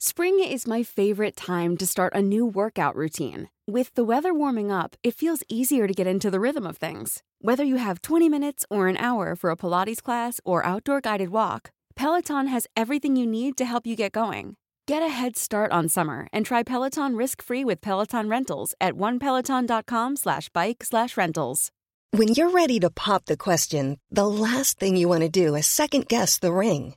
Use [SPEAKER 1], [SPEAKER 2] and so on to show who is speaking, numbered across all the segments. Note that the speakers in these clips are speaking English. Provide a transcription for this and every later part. [SPEAKER 1] Spring is my favorite time to start a new workout routine. With the weather warming up, it feels easier to get into the rhythm of things. Whether you have 20 minutes or an hour for a Pilates class or outdoor guided walk, Peloton has everything you need to help you get going. Get a head start on summer and try Peloton risk-free with Peloton Rentals at onepeloton.com slash bike slash rentals.
[SPEAKER 2] When you're ready to pop the question, the last thing you want to do is second guess the ring.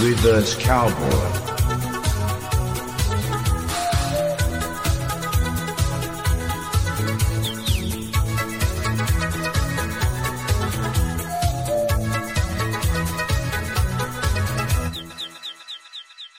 [SPEAKER 3] Reverse Cowboy.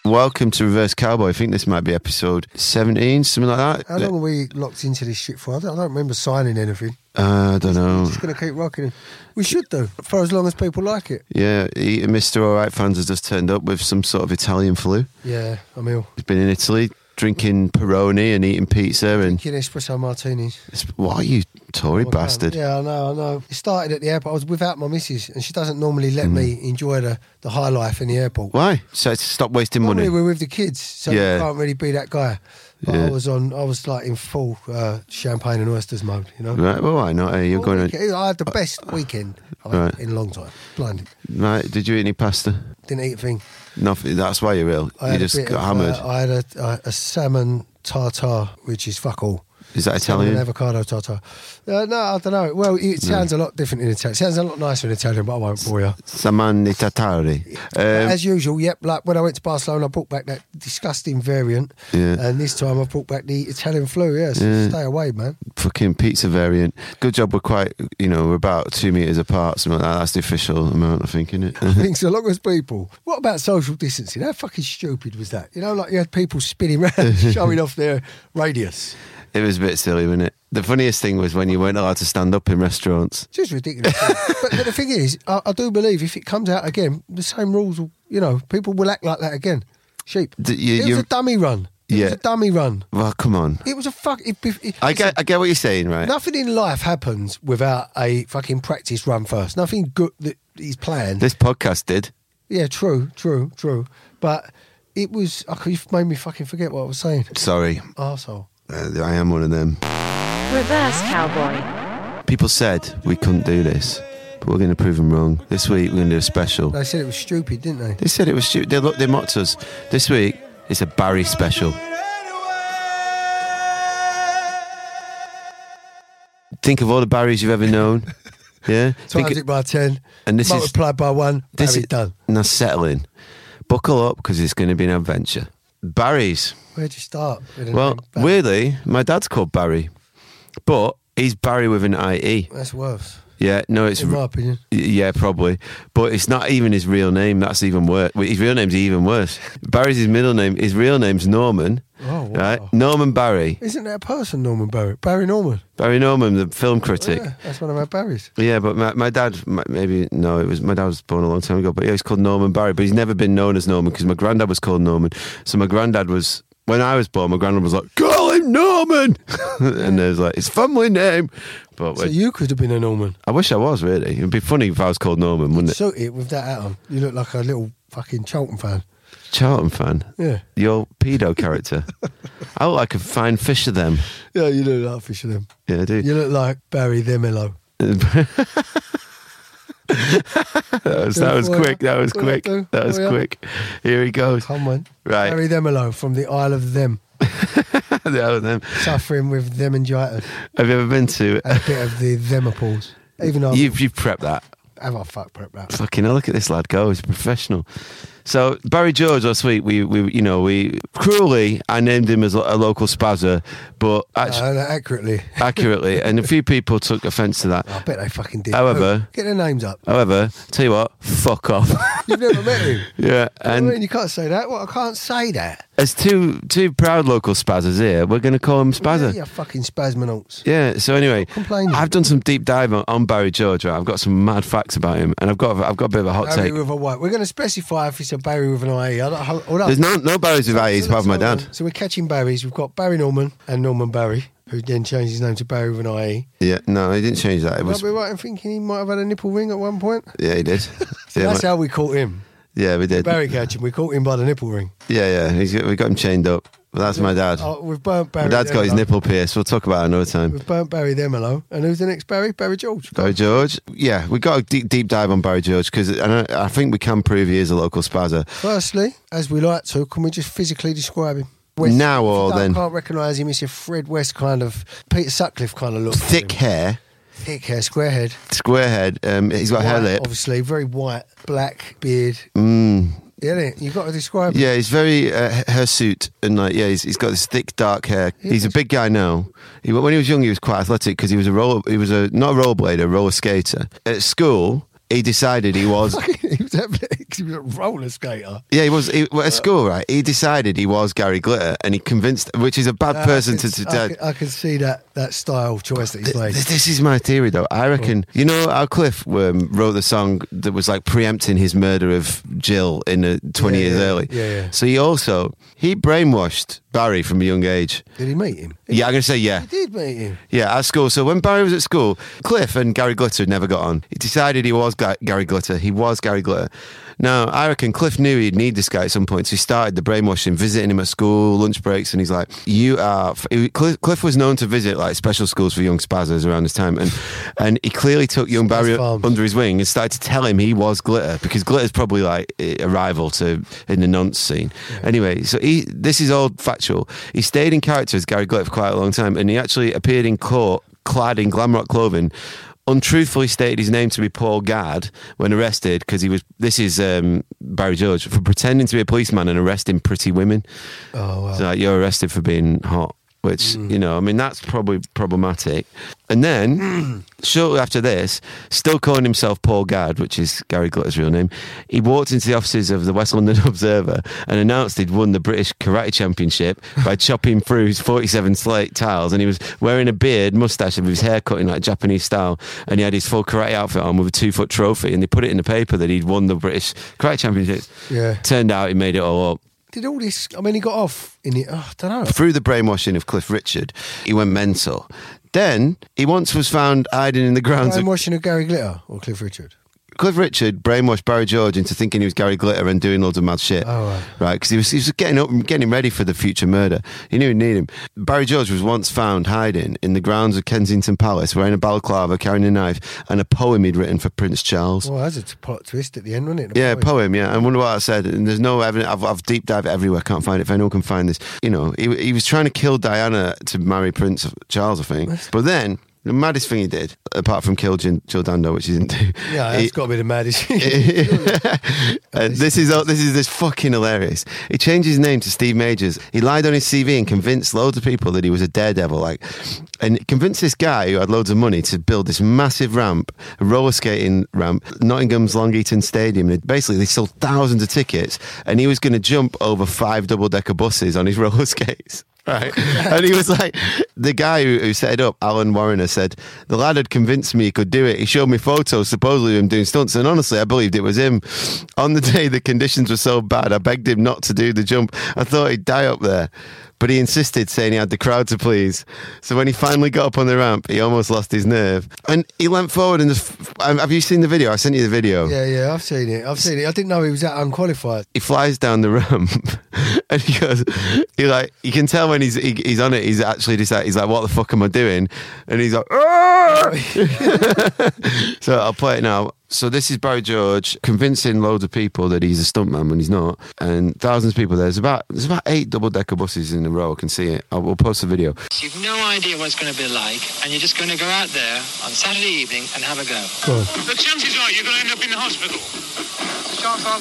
[SPEAKER 4] Welcome to Reverse Cowboy. I think this might be episode 17, something like
[SPEAKER 5] How
[SPEAKER 4] that.
[SPEAKER 5] long are we locked into this shit for? I don't, I don't remember signing anything.
[SPEAKER 4] Uh, I don't know.
[SPEAKER 5] Just going to keep rocking it. We should though, for as long as people like it.
[SPEAKER 4] Yeah, he- Mr. Alright fans has just turned up with some sort of Italian flu.
[SPEAKER 5] Yeah, I'm ill.
[SPEAKER 4] He's been in Italy drinking Peroni and eating pizza. And
[SPEAKER 5] Drinking espresso martinis.
[SPEAKER 4] it's, what are you, Tory
[SPEAKER 5] I
[SPEAKER 4] bastard?
[SPEAKER 5] can't- Yeah, I know, I know. It started at the airport. I was without my missus, and she doesn't normally let
[SPEAKER 4] Mm.
[SPEAKER 5] me enjoy the, the high life in the airport.
[SPEAKER 4] Why? So it's- stop wasting money.
[SPEAKER 5] Normally we're with the kids, so
[SPEAKER 4] Yeah.
[SPEAKER 5] you can't really be that guy. But
[SPEAKER 4] Yeah.
[SPEAKER 5] I was on. I was like in full uh, champagne and oysters mode. You know.
[SPEAKER 4] Right, well, why not? eh? you're
[SPEAKER 5] All
[SPEAKER 4] going
[SPEAKER 5] weekend-
[SPEAKER 4] to.
[SPEAKER 5] I had the best weekend I've
[SPEAKER 4] Right.
[SPEAKER 5] had in a long time. Blinded.
[SPEAKER 4] Right, did you eat any pasta?
[SPEAKER 5] Didn't eat a thing.
[SPEAKER 4] Nothing. That's why you're ill.
[SPEAKER 5] I
[SPEAKER 4] you
[SPEAKER 5] had a
[SPEAKER 4] just
[SPEAKER 5] bit
[SPEAKER 4] got
[SPEAKER 5] of, uh,
[SPEAKER 4] hammered.
[SPEAKER 5] I had a, a, a salmon tartar, which is fuck all.
[SPEAKER 4] Is that
[SPEAKER 5] Salmon
[SPEAKER 4] Italian?
[SPEAKER 5] avocado tartar. Uh, no, I don't know. Well, it sounds a lot different in Italian. It sounds a lot nicer in Italian, but I won't bore you.
[SPEAKER 4] Samani Tatari. Um,
[SPEAKER 5] As usual, yep. Like when I went to Barcelona, I brought back that disgusting variant,
[SPEAKER 4] Yeah.
[SPEAKER 5] and this time I brought back the Italian flu. Yes,
[SPEAKER 4] Yeah.
[SPEAKER 5] stay away, man.
[SPEAKER 4] fucking pizza variant. Good job we're quite, you know, we're about two metres apart. Something like that. That's the official amount, I think, isn't it?
[SPEAKER 5] Things a lot as people. What about social distancing? How fucking stupid was that? You know, like you had people spinning around, showing off their radius.
[SPEAKER 4] it was a bit silly, wasn't it? The funniest thing was when you weren't allowed to stand up in restaurants.
[SPEAKER 5] It's just ridiculous. but, but the thing is, I, I do believe if it comes out again, the same rules will, you know, people will act like that again. Sheep.
[SPEAKER 4] D- you-
[SPEAKER 5] it was
[SPEAKER 4] you-
[SPEAKER 5] a dummy run. It
[SPEAKER 4] Yeah.
[SPEAKER 5] was a dummy run.
[SPEAKER 4] Well, come on.
[SPEAKER 5] It was a fuck. It, it, it-
[SPEAKER 4] I get, I get what you're saying, right?
[SPEAKER 5] nothing in life happens without a fucking practice run first. Nothing good that is planned.
[SPEAKER 4] This podcast did.
[SPEAKER 5] yeah, true, true, true. But it was. Oh, you've made me fucking forget what I was saying.
[SPEAKER 4] Sorry,
[SPEAKER 5] Arsehole.
[SPEAKER 4] uh, I am one of them.
[SPEAKER 6] Reverse Cowboy.
[SPEAKER 4] People said we couldn't do this, but we're going to prove them wrong. This week we're going to do a special.
[SPEAKER 5] They said it was stupid, didn't they?
[SPEAKER 4] They said it was stupid. They looked, they mocked us. This week it's a Barry special. Think of all the Barrys you've ever known. Yeah, Think-
[SPEAKER 5] Times it by 10,
[SPEAKER 4] And this is-
[SPEAKER 5] multiplied by 1,
[SPEAKER 4] this
[SPEAKER 5] Barry
[SPEAKER 4] is
[SPEAKER 5] done.
[SPEAKER 4] Now settle in, buckle up because it's going to be an adventure. Barrys.
[SPEAKER 5] Where'd you start? with a
[SPEAKER 4] Well,
[SPEAKER 5] name? Barry.
[SPEAKER 4] weirdly, my dad's called Barry, but he's Barry with an IE.
[SPEAKER 5] That's worse,
[SPEAKER 4] Yeah, no, it's
[SPEAKER 5] in my opinion.
[SPEAKER 4] Yeah, probably. But it's not even his real name. That's even worse. His real name's even worse. Barry's his middle name. His real name's Norman.
[SPEAKER 5] Oh, wow.
[SPEAKER 4] Right? Norman Barry.
[SPEAKER 5] Isn't that a person, Norman Barry? Barry Norman.
[SPEAKER 4] Barry Norman, the film critic.
[SPEAKER 5] Oh, Yeah, that's one of our Barrys.
[SPEAKER 4] yeah. but my, my dad, my, maybe, no, it was my dad was born a long time ago, but yeah, he's called Norman Barry, but he's never been known as Norman because my granddad was called Norman. So my granddad was, when I was born, my granddad was like, call him Norman! and there's like, it's family name. But
[SPEAKER 5] So
[SPEAKER 4] when-
[SPEAKER 5] you could have been a Norman.
[SPEAKER 4] I wish I was, really. It'd be funny if I was called Norman, wouldn't it?
[SPEAKER 5] Suit it with that hat on. You look like a little fucking Charlton fan.
[SPEAKER 4] Charlton fan.
[SPEAKER 5] Yeah.
[SPEAKER 4] your pedo character. Oh, I look like a fine fish of them.
[SPEAKER 5] Yeah, you look like Fisher them.
[SPEAKER 4] Yeah, I do.
[SPEAKER 5] You look like Barry Demelo.
[SPEAKER 4] that was, that was quick. That was quick. That
[SPEAKER 5] Oh,
[SPEAKER 4] was quick. Here he goes.
[SPEAKER 5] Come on.
[SPEAKER 4] Right.
[SPEAKER 5] Carry them alone from the Isle of Them,
[SPEAKER 4] That was him.
[SPEAKER 5] suffering with them meningitis
[SPEAKER 4] Have you ever been to?
[SPEAKER 5] and a bit of the themopause. Even though
[SPEAKER 4] You've, you've prepped that.
[SPEAKER 5] have I fuck prep that?
[SPEAKER 4] Fucking hell, look at this lad go. He's a professional. So Barry George last week, we, we you know we cruelly I named him as a local spazzer, but actually,
[SPEAKER 5] Uh, accurately.
[SPEAKER 4] accurately, and a few people took offence to
[SPEAKER 5] I
[SPEAKER 4] that.
[SPEAKER 5] bet they fucking did.
[SPEAKER 4] However-
[SPEAKER 5] Oh, get their names up.
[SPEAKER 4] However, tell you what, fuck off.
[SPEAKER 5] You've never met him.
[SPEAKER 4] yeah,
[SPEAKER 5] I mean,
[SPEAKER 4] and
[SPEAKER 5] you can't say that. Well, I can't say that.
[SPEAKER 4] as two two proud local spazzers here, we're going to call him spazzer.
[SPEAKER 5] Yeah, you fucking spasmonauts.
[SPEAKER 4] Yeah. So anyway,
[SPEAKER 5] complaining.
[SPEAKER 4] I've done some deep dive on, on Barry George. Right? I've got some mad facts about him, and I've got I've got a bit of a hot
[SPEAKER 5] Barry
[SPEAKER 4] take.
[SPEAKER 5] with a white. We're going to specify if it's a Barry with an IE. I don't, hold, hold up.
[SPEAKER 4] There's no no Barrys without his apart from my dad.
[SPEAKER 5] So we're catching Barrys. We've got Barry Norman and Norman Barry, who then changed his name to Barry with an IE.
[SPEAKER 4] Yeah. No, he didn't change that. It
[SPEAKER 5] Would
[SPEAKER 4] was
[SPEAKER 5] I E. be right in thinking he might have had a nipple ring at one point?
[SPEAKER 4] yeah, he did.
[SPEAKER 5] So
[SPEAKER 4] Yeah,
[SPEAKER 5] that's
[SPEAKER 4] my-
[SPEAKER 5] how we caught him.
[SPEAKER 4] yeah, we did.
[SPEAKER 5] Barry catch him. We caught him by the nipple ring.
[SPEAKER 4] Yeah, yeah. He's got, we got him chained up. But that's my dad.
[SPEAKER 5] Oh, we've burnt Barry.
[SPEAKER 4] My dad's got his
[SPEAKER 5] Demelo.
[SPEAKER 4] nipple pierced. We'll talk about it another time.
[SPEAKER 5] We've burnt Barry Demelo. And who's the next Barry? Barry George.
[SPEAKER 4] Barry George. Yeah, we got a deep, deep dive on Barry George because I, I think we can prove he is a local spazzer.
[SPEAKER 5] Firstly, as we like to, can we just physically describe him?
[SPEAKER 4] Now or
[SPEAKER 5] I
[SPEAKER 4] then?
[SPEAKER 5] can't recognise him. It's a Fred West kind of Peter Sutcliffe kind of look. to
[SPEAKER 4] Thick
[SPEAKER 5] him.
[SPEAKER 4] hair,
[SPEAKER 5] thick hair, square head,
[SPEAKER 4] square head. Um, he's got hair
[SPEAKER 5] white,
[SPEAKER 4] lip.
[SPEAKER 5] obviously very white, black beard.
[SPEAKER 4] Mm.
[SPEAKER 5] Yeah, innit? you've got to describe. him.
[SPEAKER 4] Yeah, he's very uh, h- hirsute and like yeah, he's, he's got this thick dark hair. He's a big guy now. He, when he was young, he was quite athletic because he was a roller. He was a not a rollerblader, a roller skater. At school, he decided he was.
[SPEAKER 5] he was a- he was a roller skater.
[SPEAKER 4] yeah, he was. He, well, at school, right? He decided he was Gary Glitter, and he convinced, which is a bad person
[SPEAKER 5] I
[SPEAKER 4] to
[SPEAKER 5] can,
[SPEAKER 4] to.
[SPEAKER 5] I can, I can see that that style choice that he's made.
[SPEAKER 4] Th- This is my theory, though. I reckon you know how Cliff um, wrote the song that was like preempting his murder of Jill in uh, twenty
[SPEAKER 5] Yeah,
[SPEAKER 4] years
[SPEAKER 5] yeah,
[SPEAKER 4] early.
[SPEAKER 5] yeah, yeah.
[SPEAKER 4] So he also he brainwashed Barry from a young age.
[SPEAKER 5] Did he meet him?
[SPEAKER 4] Yeah, I'm gonna say yeah.
[SPEAKER 5] He did meet him.
[SPEAKER 4] Yeah, at school. So when Barry was at school, Cliff and Gary Glitter had never got on. He decided he was Ga- Gary Glitter. He was Gary Glitter. Now, I reckon Cliff knew he'd need this guy at some point, so he started the brainwashing, visiting him at school, lunch breaks, and he's like, "You are." F-. he- Cliff, Cliff was known to visit like special schools for young spazzers around his time, and and he clearly took young Barry
[SPEAKER 5] farms.
[SPEAKER 4] under his wing and started to tell him he was Glitter because Glitter's probably like a rival to in the nonce scene. Anyway, so he this is all factual. He stayed in character as Gary Glitter for quite a long time, and he actually appeared in court clad in glam rock clothing. Untruthfully stated his name to be Paul Gard when arrested because he was. This is um, Barry George for pretending to be a policeman and arresting pretty women.
[SPEAKER 5] Oh wow. Mm.
[SPEAKER 4] So like, you're arrested for being hot, which you know, I mean, that's probably problematic. And then shortly after this, still calling himself Paul Gard, which is Gary Glutter's real name, he walked into the offices of the West London Observer and announced he'd won the British Karate Championship by chopping through his 47 slate tiles. And he was wearing a beard, mustache, and his hair cut in like Japanese style. And he had his full karate outfit on with a two foot trophy. And they put it in the paper that he'd won the British Karate Championship.
[SPEAKER 5] Yeah.
[SPEAKER 4] Turned out he made it all up
[SPEAKER 5] Did all this? I mean, he got off in it. Oh, I don't know.
[SPEAKER 4] through the brainwashing of Cliff Richard, he went mental. Then he once was found hiding in the grounds
[SPEAKER 5] Brian
[SPEAKER 4] of
[SPEAKER 5] Washington, of Gary Glitter or Cliff Richard.
[SPEAKER 4] Cliff Richard brainwashed Barry George into thinking he was Gary Glitter and doing loads of mad shit.
[SPEAKER 5] Oh, right.
[SPEAKER 4] right. Because he was, he was getting up and getting ready for the future murder. He knew he needed him. Barry George was once found hiding in the grounds of Kensington Palace, wearing a balaclava, carrying a knife, and a poem he'd written for Prince Charles.
[SPEAKER 5] Well, that's a plot twist at the end, wasn't it?
[SPEAKER 4] Yeah,
[SPEAKER 5] Boy.
[SPEAKER 4] poem. Yeah, I wonder what I said. And there's no evidence. I've, I've deep dived everywhere. Can't find it. If anyone can find this, you know, he, he was trying to kill Diana to marry Prince Charles, I think. But then the maddest thing he did, apart from kill Gin, Jill Dando, which he didn't do.
[SPEAKER 5] Yeah,
[SPEAKER 4] he-
[SPEAKER 5] that's got to be the maddest. thing.
[SPEAKER 4] uh, this is all- this is this fucking hilarious. He changed his name to Steve Majors. He lied on his CV and convinced loads of people that he was a daredevil, like, and convinced this guy who had loads of money to build this massive ramp, a roller skating ramp, Nottingham's Long Eaton Stadium. And basically, they sold thousands of tickets, and he was going to jump over five double decker buses on his roller skates. Right. And he was like, the guy who, who set it up, Alan Warriner, said, the lad had convinced me he could do it. He showed me photos, supposedly of him doing stunts. And honestly, I believed it was him. On the day, the conditions were so bad, I begged him not to do the jump. I thought he'd die up there. But he insisted, saying he had the crowd to please. So when he finally got up on the ramp, he almost lost his nerve. And he leant forward and just, have you seen the video? I sent you the video.
[SPEAKER 5] yeah, yeah, I've seen it. I've seen it. I didn't know he was that unqualified.
[SPEAKER 4] he flies down the ramp and he goes he like you can tell when he's he, he's on it he's actually decided He's like, what the fuck am I doing? And he's like, "Ah!" so I'll play it now. So this is Barry George convincing loads of people that he's a stuntman when he's not, and thousands of people there. There's about there's about eight double decker buses in a row. I can see it. I will post the video.
[SPEAKER 7] You've no idea what it's going to be like, and you're just going to go out there on Saturday evening and have a go.
[SPEAKER 3] The chances are you're going to end up in the hospital.
[SPEAKER 7] It's a chance I'll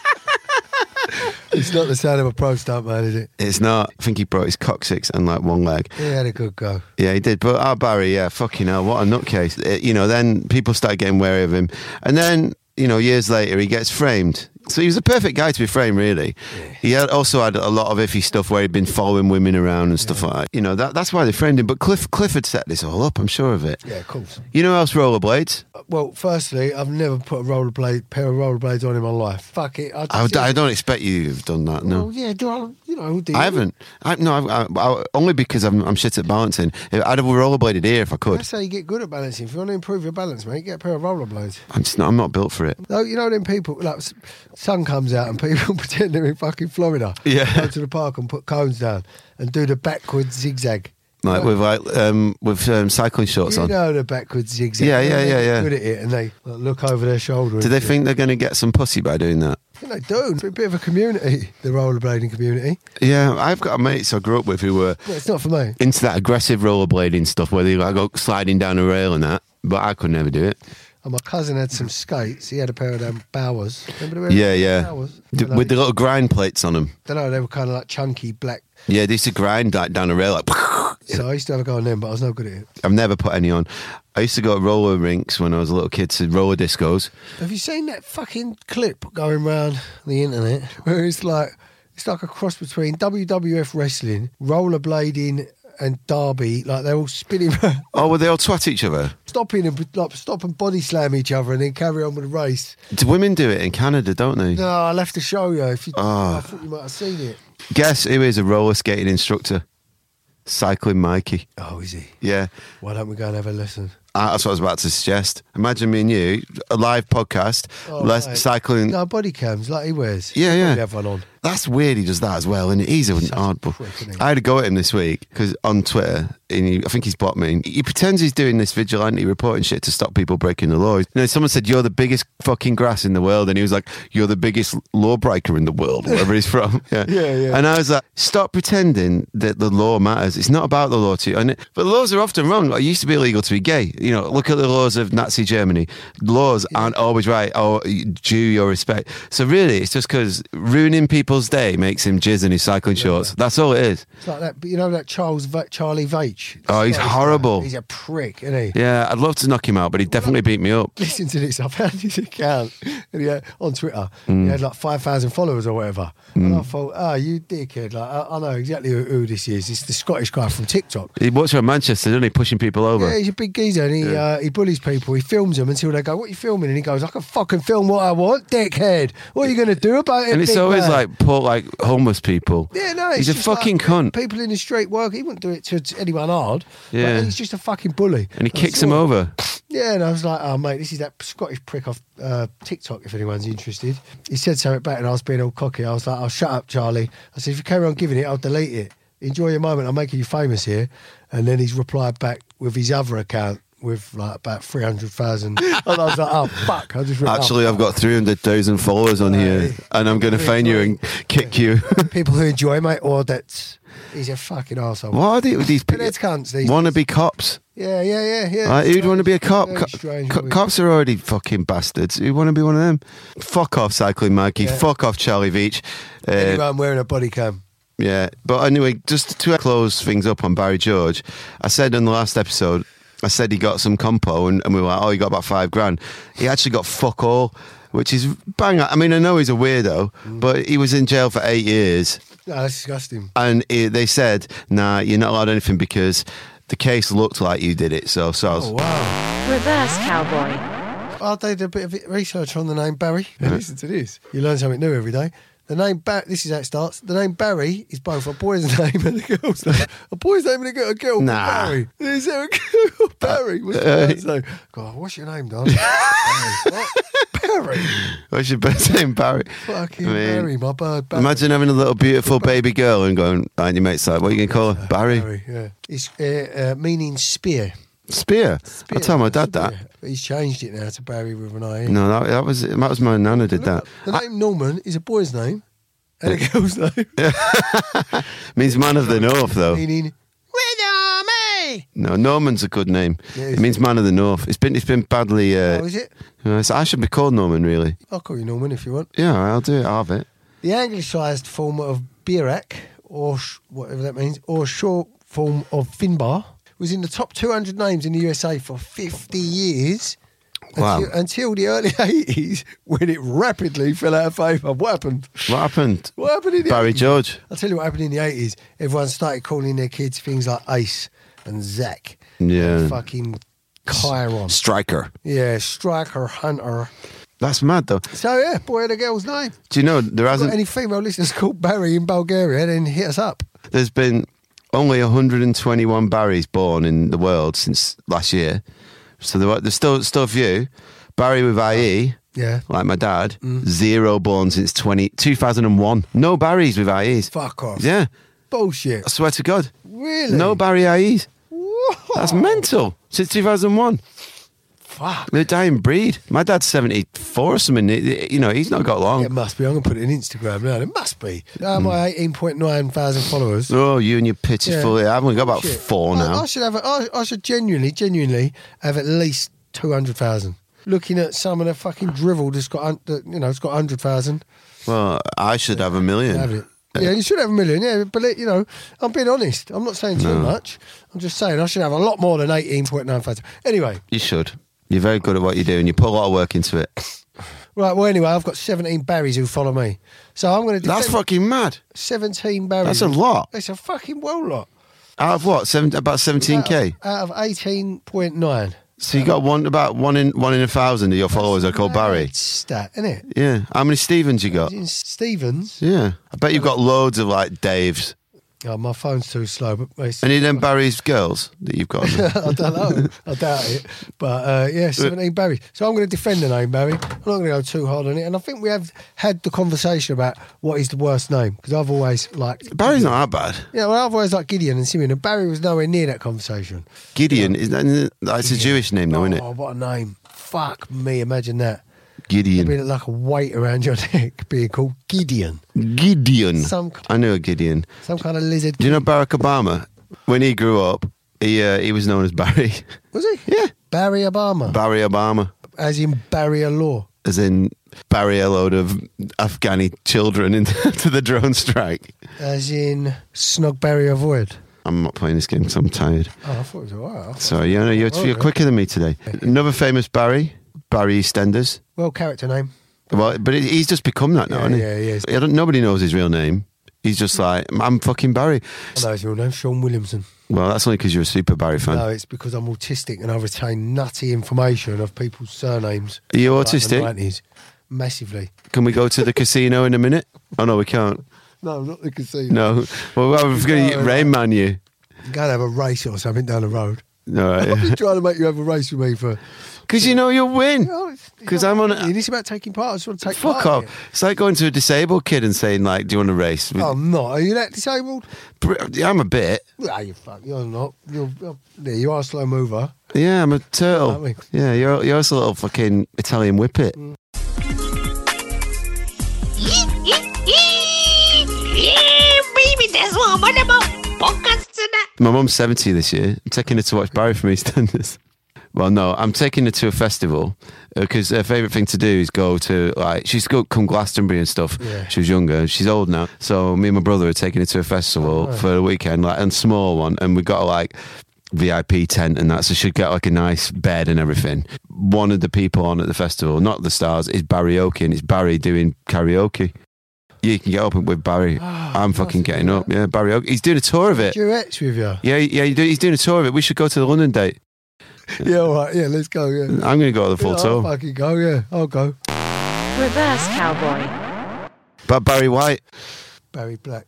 [SPEAKER 7] take.
[SPEAKER 5] It's not the sound of a pro stunt man, is it?
[SPEAKER 4] It's not. I think he broke his coccyx and like one leg.
[SPEAKER 5] He had a good go.
[SPEAKER 4] Yeah, he did. But our Barry, yeah, fucking hell, what a nutcase. Uh, you know, then people started getting wary of him. And then, you know, years later, he gets framed. So he was a perfect guy to be framed, really. He had also had a lot of iffy stuff where he'd been following women around and stuff like that. You know, that, that's why they framed him. But Cliff, Clifford set this all up, I'm sure of it.
[SPEAKER 5] Yeah, of course.
[SPEAKER 4] You know who else rollerblades?
[SPEAKER 5] Uh, Well, firstly, I've never put a rollerblade pair of rollerblades on in my life. Fuck it.
[SPEAKER 4] I, I don't expect you've done that, no.
[SPEAKER 5] Well, yeah, do I, you know, do
[SPEAKER 4] I
[SPEAKER 5] you?
[SPEAKER 4] haven't. I, no, I, I, I, only because I'm, I'm shit at balancing. I'd have rollerbladed here if I could.
[SPEAKER 5] That's how you get good at balancing. If you want to improve your balance, mate, get a pair of rollerblades.
[SPEAKER 4] I'm just not, I'm not built for it.
[SPEAKER 5] No, you know them people. Like s- sun comes out and people pretend they're in fucking Florida.
[SPEAKER 4] Yeah.
[SPEAKER 5] Go to the park and put cones down and do the backwards zigzag.
[SPEAKER 4] Like with like um, with um, cycling shorts
[SPEAKER 5] you
[SPEAKER 4] on.
[SPEAKER 5] know the backwards zigzag.
[SPEAKER 4] Yeah, yeah,
[SPEAKER 5] They're
[SPEAKER 4] yeah, yeah.
[SPEAKER 5] Good at it, and they like, look over their shoulder.
[SPEAKER 4] Do
[SPEAKER 5] and
[SPEAKER 4] they
[SPEAKER 5] shit.
[SPEAKER 4] think they're going to get some pussy by doing that?
[SPEAKER 5] I think they do? It's a bit of a community, the rollerblading community.
[SPEAKER 4] Yeah, I've got mates I grew up with who were
[SPEAKER 5] Yeah, it's not for me.
[SPEAKER 4] into that aggressive rollerblading stuff where they like go sliding down a rail and that, but I could never do it.
[SPEAKER 5] And my cousin had some skates. He had a pair of them Bowers. Remember the pair of
[SPEAKER 4] Yeah, yeah.
[SPEAKER 5] Bowers?
[SPEAKER 4] D-
[SPEAKER 5] And
[SPEAKER 4] with
[SPEAKER 5] they-
[SPEAKER 4] the little grind plates on them.
[SPEAKER 5] I don't know, they were kind of like chunky black.
[SPEAKER 4] Yeah, they used to grind like down a rail. Like,
[SPEAKER 5] So I used to have a go on them, but I was no good at it.
[SPEAKER 4] I've never put any on. I used to go to roller rinks when I was a little kid to roller discos.
[SPEAKER 5] Have you seen that fucking clip going round the internet where it's like it's like a cross between WWF wrestling, rollerblading, and derby? Like they're all spinning, round,
[SPEAKER 4] Oh, were they all twat each other?
[SPEAKER 5] stopping and like, stop and body slam each other, and then carry on with the race.
[SPEAKER 4] Do women do it in Canada, don't they?
[SPEAKER 5] No, I'll have to show you if you.
[SPEAKER 4] Ah.
[SPEAKER 5] I thought you might have seen it.
[SPEAKER 4] Guess who is a roller skating instructor? Cycling Mikey.
[SPEAKER 5] Oh, is he?
[SPEAKER 4] Yeah.
[SPEAKER 5] Why don't we go and have a lesson?
[SPEAKER 4] Uh, that's what I was about to suggest. Imagine me and you, a live podcast,
[SPEAKER 5] Oh,
[SPEAKER 4] less
[SPEAKER 5] right.
[SPEAKER 4] cycling.
[SPEAKER 5] No body cams like he wears.
[SPEAKER 4] Yeah,
[SPEAKER 5] He'll
[SPEAKER 4] yeah.
[SPEAKER 5] probably Have one on.
[SPEAKER 4] That's weird. He does that as well, and he's an oddball.
[SPEAKER 5] prick, isn't he?
[SPEAKER 4] I had a go at him this week because on Twitter, and he, I think he's blocked me. He pretends he's doing this vigilante reporting shit to stop people breaking the laws. And then someone said, "You're the biggest fucking grass in the world," and he was like, "You're the biggest lawbreaker in the world," wherever he's from. Yeah.
[SPEAKER 5] Yeah, yeah.
[SPEAKER 4] And I was like, "Stop pretending that the law matters. It's not about the law to you." And it- but laws are often wrong. Like, it used to be illegal to be gay. You know, look at the laws of Nazi Germany. Laws aren't always right or due your respect. So really, it's just because ruining people's day makes him jizz in his cycling shorts. That's all it is.
[SPEAKER 5] It's like that. You know that Charles Va- Charlie Vach.
[SPEAKER 4] Oh, he's horrible.
[SPEAKER 5] He's a prick, isn't he?
[SPEAKER 4] Yeah, I'd love to knock him out, but he definitely beat me up.
[SPEAKER 5] listen to this. I found his account and he had, on Twitter.
[SPEAKER 4] Mm.
[SPEAKER 5] He had like 5,000 followers or whatever. And I thought, oh, you dickhead. Like, I, I know exactly who, who this is. It's the Scottish guy from TikTok.
[SPEAKER 4] He works for Manchester, doesn't he? Pushing people over.
[SPEAKER 5] Yeah, he's a big geezer and he, uh, he bullies people. He films them until they go, What are you filming? And he goes, I can fucking film what I want, dickhead. What are you going to do about it?
[SPEAKER 4] and it's
[SPEAKER 5] big
[SPEAKER 4] always
[SPEAKER 5] man?"
[SPEAKER 4] like poor, like homeless people.
[SPEAKER 5] Yeah, no, it's
[SPEAKER 4] he's a
[SPEAKER 5] just
[SPEAKER 4] fucking
[SPEAKER 5] like
[SPEAKER 4] cunt.
[SPEAKER 5] People in the street work. He wouldn't do it to to anyone hard. but
[SPEAKER 4] Yeah.
[SPEAKER 5] he's just a fucking bully.
[SPEAKER 4] and he
[SPEAKER 5] I
[SPEAKER 4] kicks
[SPEAKER 5] saw
[SPEAKER 4] him
[SPEAKER 5] it.
[SPEAKER 4] over.
[SPEAKER 5] Yeah, and I was like, oh, mate, this is that Scottish prick off uh, TikTok, if anyone's interested. He said something back, and I was being all cocky. I was like, oh, shut up, Charlie. I said, if you carry on giving it, I'll delete it. Enjoy your moment. I'm making you famous here. And then he's replied back with his other account with like about 300,000. and I was like, oh, fuck. I just went,
[SPEAKER 4] Actually, I've got 300,000 followers on here, and I'm going to find you and kick you.
[SPEAKER 5] oh, people who enjoy my audits. He's a fucking asshole.
[SPEAKER 4] Why are they, these people?
[SPEAKER 5] They're cunts, these
[SPEAKER 4] Want to be cops?
[SPEAKER 5] Yeah, yeah, yeah, yeah.
[SPEAKER 4] Like, who'd want to be a cop?
[SPEAKER 5] Very
[SPEAKER 4] Co-
[SPEAKER 5] strange,
[SPEAKER 4] co-
[SPEAKER 5] isn't it?
[SPEAKER 4] cops are already fucking bastards. Who want to be one of them? Fuck off, Cycling Mikey.
[SPEAKER 5] Yeah.
[SPEAKER 4] Fuck off, Charlie Veach. Uh,
[SPEAKER 5] Anyone wearing a body cam.
[SPEAKER 4] Yeah, but anyway, just to close things up on Barry George, I said in the last episode, I said he got some compo, and, and we were like, oh, he got about five grand. He actually got fuck all, which is bang. I mean, I know he's a weirdo,
[SPEAKER 5] Mm.
[SPEAKER 4] but he was in jail for eight years,
[SPEAKER 5] No, that's disgusting.
[SPEAKER 4] and it, they said, nah, you're not allowed anything because the case looked like you did it. So, so I was-
[SPEAKER 5] Oh, wow.
[SPEAKER 6] Reverse cowboy.
[SPEAKER 5] I did a bit of research on the name Barry. Now listen to this. You learn something new every day. The name Barry. This is how it starts. The name Barry is both a boy's name and a girl's name. A boy's name and a girl. A girl
[SPEAKER 4] Nah. Uh,
[SPEAKER 5] Barry. Is there a girl called Barry? What's your name? So, God, what's your name, Don? Barry. What? Barry.
[SPEAKER 4] What's your birth name, Barry?
[SPEAKER 5] Fucking
[SPEAKER 4] I mean,
[SPEAKER 5] Barry, my bird. Barry.
[SPEAKER 4] Imagine having a little beautiful baby girl and going, and your mate's like, what are you going to call her? Barry?
[SPEAKER 5] Barry. Yeah. It's uh, uh, meaning spear.
[SPEAKER 4] Spear. I told my dad that.
[SPEAKER 5] Spear. He's changed it now to Barry with an I. eh?
[SPEAKER 4] No, that, that was that was my nana did that.
[SPEAKER 5] The name Norman is a boy's name and a girl's name,
[SPEAKER 4] means man of the north, though.
[SPEAKER 5] meaning
[SPEAKER 4] No, Norman's a good name.
[SPEAKER 5] Yeah,
[SPEAKER 4] it
[SPEAKER 5] it's-
[SPEAKER 4] means man of the north. It's been it's been badly. Uh,
[SPEAKER 5] oh, is it?
[SPEAKER 4] you know, so I should be called Norman, really.
[SPEAKER 5] I'll call you Norman if you want.
[SPEAKER 4] Yeah, I'll do it. I'll have it.
[SPEAKER 5] The anglicised form of Birak, or sh- whatever that means, or short form of Finbar, was in the top 200 names in the USA for 50 years.
[SPEAKER 4] Wow.
[SPEAKER 5] Until, until the early 80s, when it rapidly fell out of favour. What happened?
[SPEAKER 4] What happened?
[SPEAKER 5] What happened in the
[SPEAKER 4] Barry
[SPEAKER 5] 80s?
[SPEAKER 4] George.
[SPEAKER 5] I'll tell you what happened in the 80s. Everyone started calling their kids things like Ace and Zach.
[SPEAKER 4] Yeah.
[SPEAKER 5] And fucking Chiron.
[SPEAKER 4] Striker.
[SPEAKER 5] Yeah, Striker Hunter.
[SPEAKER 4] That's mad though.
[SPEAKER 5] So, yeah, boy and a girl's name.
[SPEAKER 4] Do you know there
[SPEAKER 5] Got
[SPEAKER 4] hasn't?
[SPEAKER 5] any female listeners called Barry in Bulgaria, then hit us up.
[SPEAKER 4] there's been only 121 Barrys born in the world since last year. So there, were- there's still still a few. Barry with IE,
[SPEAKER 5] Yeah.
[SPEAKER 4] like my dad,
[SPEAKER 5] Mm.
[SPEAKER 4] zero born since 20, 2001. No Barrys with IEs.
[SPEAKER 5] Fuck off.
[SPEAKER 4] Yeah,
[SPEAKER 5] Bullshit.
[SPEAKER 4] I swear to God.
[SPEAKER 5] Really?
[SPEAKER 4] No Barry IEs.
[SPEAKER 5] Whoa.
[SPEAKER 4] That's mental. Since 2001.
[SPEAKER 5] Fuck.
[SPEAKER 4] They're a dying breed. My dad's 74 or something. It- You know, he's not got long.
[SPEAKER 5] It must be. I'm going to put it in Instagram now. It must be. Uh,
[SPEAKER 4] Hmm.
[SPEAKER 5] My 18.9 thousand followers.
[SPEAKER 4] Oh, you and your pitiful. I've only got about
[SPEAKER 5] Shit.
[SPEAKER 4] four
[SPEAKER 5] I-
[SPEAKER 4] now.
[SPEAKER 5] I, should have. A, I, I should genuinely, genuinely have at least 200,000. Looking at some of the fucking drivel that's got, un- that, you know, it's got 100,000.
[SPEAKER 4] well, I should have a million.
[SPEAKER 5] Have it. Yeah, you should have a million. Yeah, but it, you know, I'm being honest. I'm not saying too much. I'm just saying I should have a lot more than 18.9 thousand. Anyway,
[SPEAKER 4] You should. You're very good at what you do, and you put a lot of work into it.
[SPEAKER 5] right. Well, anyway, I've got 17 Barrys who follow me, so I'm going to.
[SPEAKER 4] That's fucking mad.
[SPEAKER 5] 17 barrels.
[SPEAKER 4] That's a lot.
[SPEAKER 5] It's a fucking well lot.
[SPEAKER 4] Out of what? Seven, about seventeen k.
[SPEAKER 5] Out of 18.9.
[SPEAKER 4] So you got one about one in one in a thousand of your followers are Oh, called Barry.
[SPEAKER 5] It's stat, isn't it?
[SPEAKER 4] Yeah. How many Stevens you got?
[SPEAKER 5] Stevens.
[SPEAKER 4] Yeah. I bet you've got loads of like Daves.
[SPEAKER 5] Oh, my phone's too slow, but it's,
[SPEAKER 4] Any of them Barry's girls that you've got?
[SPEAKER 5] I don't know. I doubt it. But uh, yeah, 17 Barry. So I'm going to defend the name Barry. I'm not going to go too hard on it. And I think we have had the conversation about what is the worst name because I've always liked.
[SPEAKER 4] Barry's not that bad.
[SPEAKER 5] Yeah, well, I've always liked Gideon and Simeon, and Barry was nowhere near that conversation.
[SPEAKER 4] Gideon is that, that's a Jewish name though, isn't
[SPEAKER 5] oh,
[SPEAKER 4] it?
[SPEAKER 5] what a name. Fuck me, imagine that.
[SPEAKER 4] Gideon.
[SPEAKER 5] Being like a weight around your neck, being called Gideon.
[SPEAKER 4] Gideon.
[SPEAKER 5] Some-
[SPEAKER 4] I knew a Gideon.
[SPEAKER 5] Some kind of lizard.
[SPEAKER 4] Do you know Barack Obama? When he grew up, he uh, he was known as Barry.
[SPEAKER 5] Was he?
[SPEAKER 4] Yeah.
[SPEAKER 5] Barry Obama.
[SPEAKER 4] Barry Obama.
[SPEAKER 5] as in barrier law.
[SPEAKER 4] as in bury a load of Afghani children into the drone strike.
[SPEAKER 5] As in snog barrier void.
[SPEAKER 4] I'm not playing this game because I'm tired.
[SPEAKER 5] Oh, I thought it was all right.
[SPEAKER 4] So you know you're, you're quicker than me today. Another famous Barry, Barry EastEnders.
[SPEAKER 5] Well, character name.
[SPEAKER 4] Well, but he- he's just become that now,
[SPEAKER 5] Yeah,
[SPEAKER 4] hasn't he?
[SPEAKER 5] yeah, he is.
[SPEAKER 4] I don't- nobody knows his real name. He's just like I'm fucking Barry.
[SPEAKER 5] I know his real name, Sean Williamson.
[SPEAKER 4] Well, that's only because you're a super Barry fan.
[SPEAKER 5] No, it's because I'm autistic and I retain nutty information of people's surnames.
[SPEAKER 4] Are you
[SPEAKER 5] Like the
[SPEAKER 4] autistic?
[SPEAKER 5] 90s. Massively.
[SPEAKER 4] Can we go to the casino in a minute? Oh no, we can't.
[SPEAKER 5] No, not the casino.
[SPEAKER 4] No. Well, I was going to
[SPEAKER 5] No.
[SPEAKER 4] rain man you.
[SPEAKER 5] Go and have a race or something down the road.
[SPEAKER 4] All
[SPEAKER 5] I'm
[SPEAKER 4] right.
[SPEAKER 5] trying to make you have a race with me for.
[SPEAKER 4] Because you know you'll win.
[SPEAKER 5] No, it's- it's
[SPEAKER 4] 'Cause
[SPEAKER 5] not
[SPEAKER 4] I'm on-
[SPEAKER 5] about winning, It's about taking part. I just want to take
[SPEAKER 4] Fuck
[SPEAKER 5] part in
[SPEAKER 4] off.
[SPEAKER 5] it.
[SPEAKER 4] It's like going to a disabled kid and saying, like, do you want to race? With-
[SPEAKER 5] I'm not. Are you that disabled?
[SPEAKER 4] I'm a bit.
[SPEAKER 5] No, you fuck. You're not. You're, you're, yeah, you are a slow mover.
[SPEAKER 4] Yeah, I'm a
[SPEAKER 5] Aren't
[SPEAKER 4] turtle.
[SPEAKER 5] we?
[SPEAKER 4] Yeah, you're, you're also a little fucking Italian whippet.
[SPEAKER 6] Baby, that's what I'm about. Podcast tonight.
[SPEAKER 4] My mum's 70 this year. I'm taking her to watch Barry from EastEnders. Well, no, I'm taking her to a festival because her favourite thing to do is go to, like, she's go come Glastonbury and stuff.
[SPEAKER 5] Yeah.
[SPEAKER 4] She was younger. She's old now. So me and my brother are taking her to a festival for the weekend, like, and small one. And we got, like, VIP tent and that. So she'd get, like, a nice bed and everything. One of the people on at the festival, not the stars, is Barry Oakey, and it's Barry doing karaoke. Yeah, you can get up with Barry. I'm fucking getting up. Yeah, Barry Oakey. He's doing a tour of it.
[SPEAKER 5] Duets with you.
[SPEAKER 4] Yeah, yeah, you do- he's doing a tour of it. We should go to the London date.
[SPEAKER 5] Yeah, all right. Yeah, let's go. Yeah. Oh,
[SPEAKER 4] I'm going to go to the full
[SPEAKER 5] yeah, I'll
[SPEAKER 4] tour.
[SPEAKER 5] fucking go. Yeah, I'll go.
[SPEAKER 6] Reverse cowboy.
[SPEAKER 4] But Barry White.
[SPEAKER 5] Barry Black.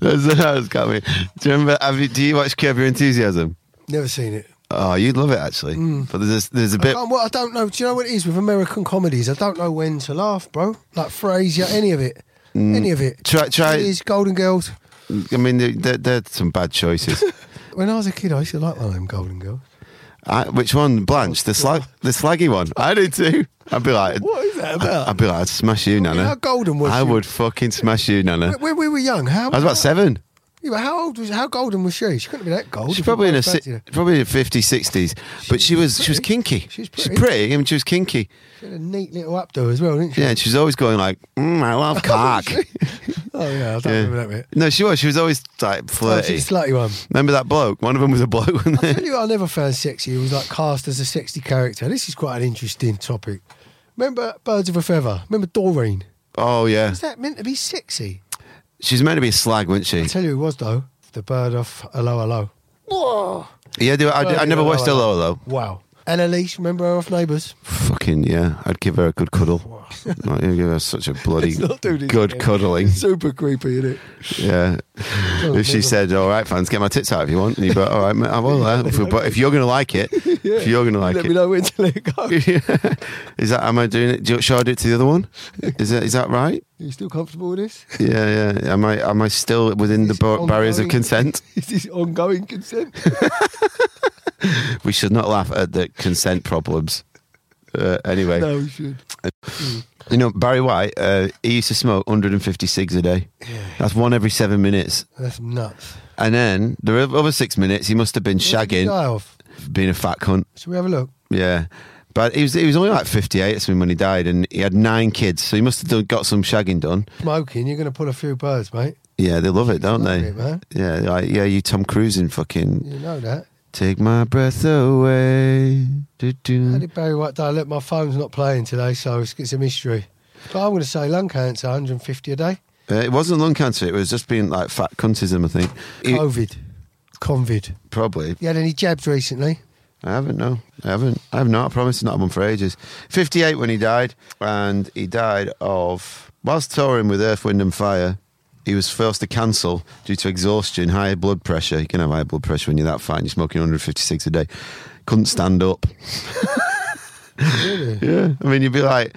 [SPEAKER 4] That's, that's got me. Do you remember? Have you, do you watch Curb Your Enthusiasm?
[SPEAKER 5] Never seen it.
[SPEAKER 4] Oh, you'd love it actually.
[SPEAKER 5] Mm.
[SPEAKER 4] But there's a, there's a
[SPEAKER 5] I,
[SPEAKER 4] bit.
[SPEAKER 5] can't, well, I don't know. Do you know what it is with American comedies? I don't know when to laugh, bro. Like Frasier, any of it, any of it.
[SPEAKER 4] Mm. Try- try-
[SPEAKER 5] It is Golden Girls.
[SPEAKER 4] I mean, there- there there are some bad choices.
[SPEAKER 5] When I was a kid, I used to like one of them Golden Girls.
[SPEAKER 4] I, which one, Blanche? The slag, the slaggy one. I do too. I'd be like,
[SPEAKER 5] What is that about?
[SPEAKER 4] I'd be like, I'd smash you, Nana.
[SPEAKER 5] how golden was
[SPEAKER 4] I
[SPEAKER 5] she?
[SPEAKER 4] would fucking smash you, Nana.
[SPEAKER 5] When we were young, how
[SPEAKER 4] I was about seven.
[SPEAKER 5] Yeah, but how old was how golden was she? She couldn't be that gold.
[SPEAKER 4] She's
[SPEAKER 5] if
[SPEAKER 4] probably in
[SPEAKER 5] you
[SPEAKER 4] her
[SPEAKER 5] both
[SPEAKER 4] si-
[SPEAKER 5] fancied her.
[SPEAKER 4] probably in her 50s, 60s. But she was she was kinky.
[SPEAKER 5] She's
[SPEAKER 4] She's
[SPEAKER 5] pretty.
[SPEAKER 4] pretty. I mean, she was kinky.
[SPEAKER 5] She had a neat little updo as well, didn't she?
[SPEAKER 4] Yeah, and she was always going like, mm, I love cock.
[SPEAKER 5] Oh yeah, I don't
[SPEAKER 4] Yeah.
[SPEAKER 5] remember that bit.
[SPEAKER 4] No, she was. She was always like
[SPEAKER 5] Oh,
[SPEAKER 4] flirty.
[SPEAKER 5] she's a slutty one.
[SPEAKER 4] Remember that bloke? One of them was a bloke. Wasn't
[SPEAKER 5] I
[SPEAKER 4] there?
[SPEAKER 5] tell you, what I never found sexy. He was like cast as a sexy character. This is quite an interesting topic. Remember Birds of a Feather? Remember Doreen?
[SPEAKER 4] Oh yeah,
[SPEAKER 5] Was that meant to be sexy?
[SPEAKER 4] she's meant to be a slag, wasn't she?
[SPEAKER 5] I tell you, who was though the bird of Hello Hello.
[SPEAKER 4] Yeah, do, I, I,
[SPEAKER 5] Bird
[SPEAKER 4] never
[SPEAKER 5] of
[SPEAKER 4] watched Hello Hello.
[SPEAKER 5] Wow. Annalise, remember her off Neighbours?
[SPEAKER 4] Fucking yeah, I'd give her a good cuddle. I'd give her such a bloody good cuddling.
[SPEAKER 5] Super creepy, isn't it?
[SPEAKER 4] Yeah. If she said, "All right, fans, get my tits out if you want," and you go, "All right, mate, I will." uh, if- but if you're gonna like it, if you're gonna like
[SPEAKER 5] Let
[SPEAKER 4] it,
[SPEAKER 5] me know when to let go.
[SPEAKER 4] is that am I doing it? Do you- Should I do it to the other one? Is that is that right?
[SPEAKER 5] you still comfortable with this?
[SPEAKER 4] Yeah, yeah. Am I am I still within the
[SPEAKER 5] It's
[SPEAKER 4] bar- barriers of
[SPEAKER 5] ongoing.
[SPEAKER 4] consent?
[SPEAKER 5] Is this ongoing consent?
[SPEAKER 4] We should not laugh at the consent problems. Uh, anyway,
[SPEAKER 5] no, we should.
[SPEAKER 4] you know Barry White. Uh, he used to smoke 150 cigs a day. That's one every seven minutes.
[SPEAKER 5] That's nuts.
[SPEAKER 4] And then the other six minutes, he must have been
[SPEAKER 5] What did he
[SPEAKER 4] shagging,
[SPEAKER 5] die of?
[SPEAKER 4] being a fat cunt.
[SPEAKER 5] Should we have a look?
[SPEAKER 4] Yeah. But he was he was only like 58 or something when he died, and he had nine kids, so he must have done, got some shagging done.
[SPEAKER 5] Smoking, you're going to pull a few birds, mate.
[SPEAKER 4] Yeah, they love it, don't
[SPEAKER 5] love
[SPEAKER 4] they?
[SPEAKER 5] it, man.
[SPEAKER 4] Yeah, like, yeah, you Tom Cruise in fucking
[SPEAKER 5] You know that.
[SPEAKER 4] Take My Breath Away. Do-do.
[SPEAKER 5] How did Barry White die? Look, my phone's not playing today, so it's, it's a mystery. But I'm going to say lung cancer, 150 a day.
[SPEAKER 4] Uh, it wasn't lung cancer, it was just being like fat cuntism, I think. He-
[SPEAKER 5] COVID. Convid.
[SPEAKER 4] probably.
[SPEAKER 5] You had any jabs recently?
[SPEAKER 4] I haven't, no. I haven't. I have not. I promise not had one for ages. 58 when he died, and he died of. Whilst touring with Earth, Wind and Fire, he was forced to cancel due to exhaustion, high blood pressure. You can have high blood pressure when you're that fat and you're smoking 156 a day. Couldn't stand up. yeah. I mean, you'd be like,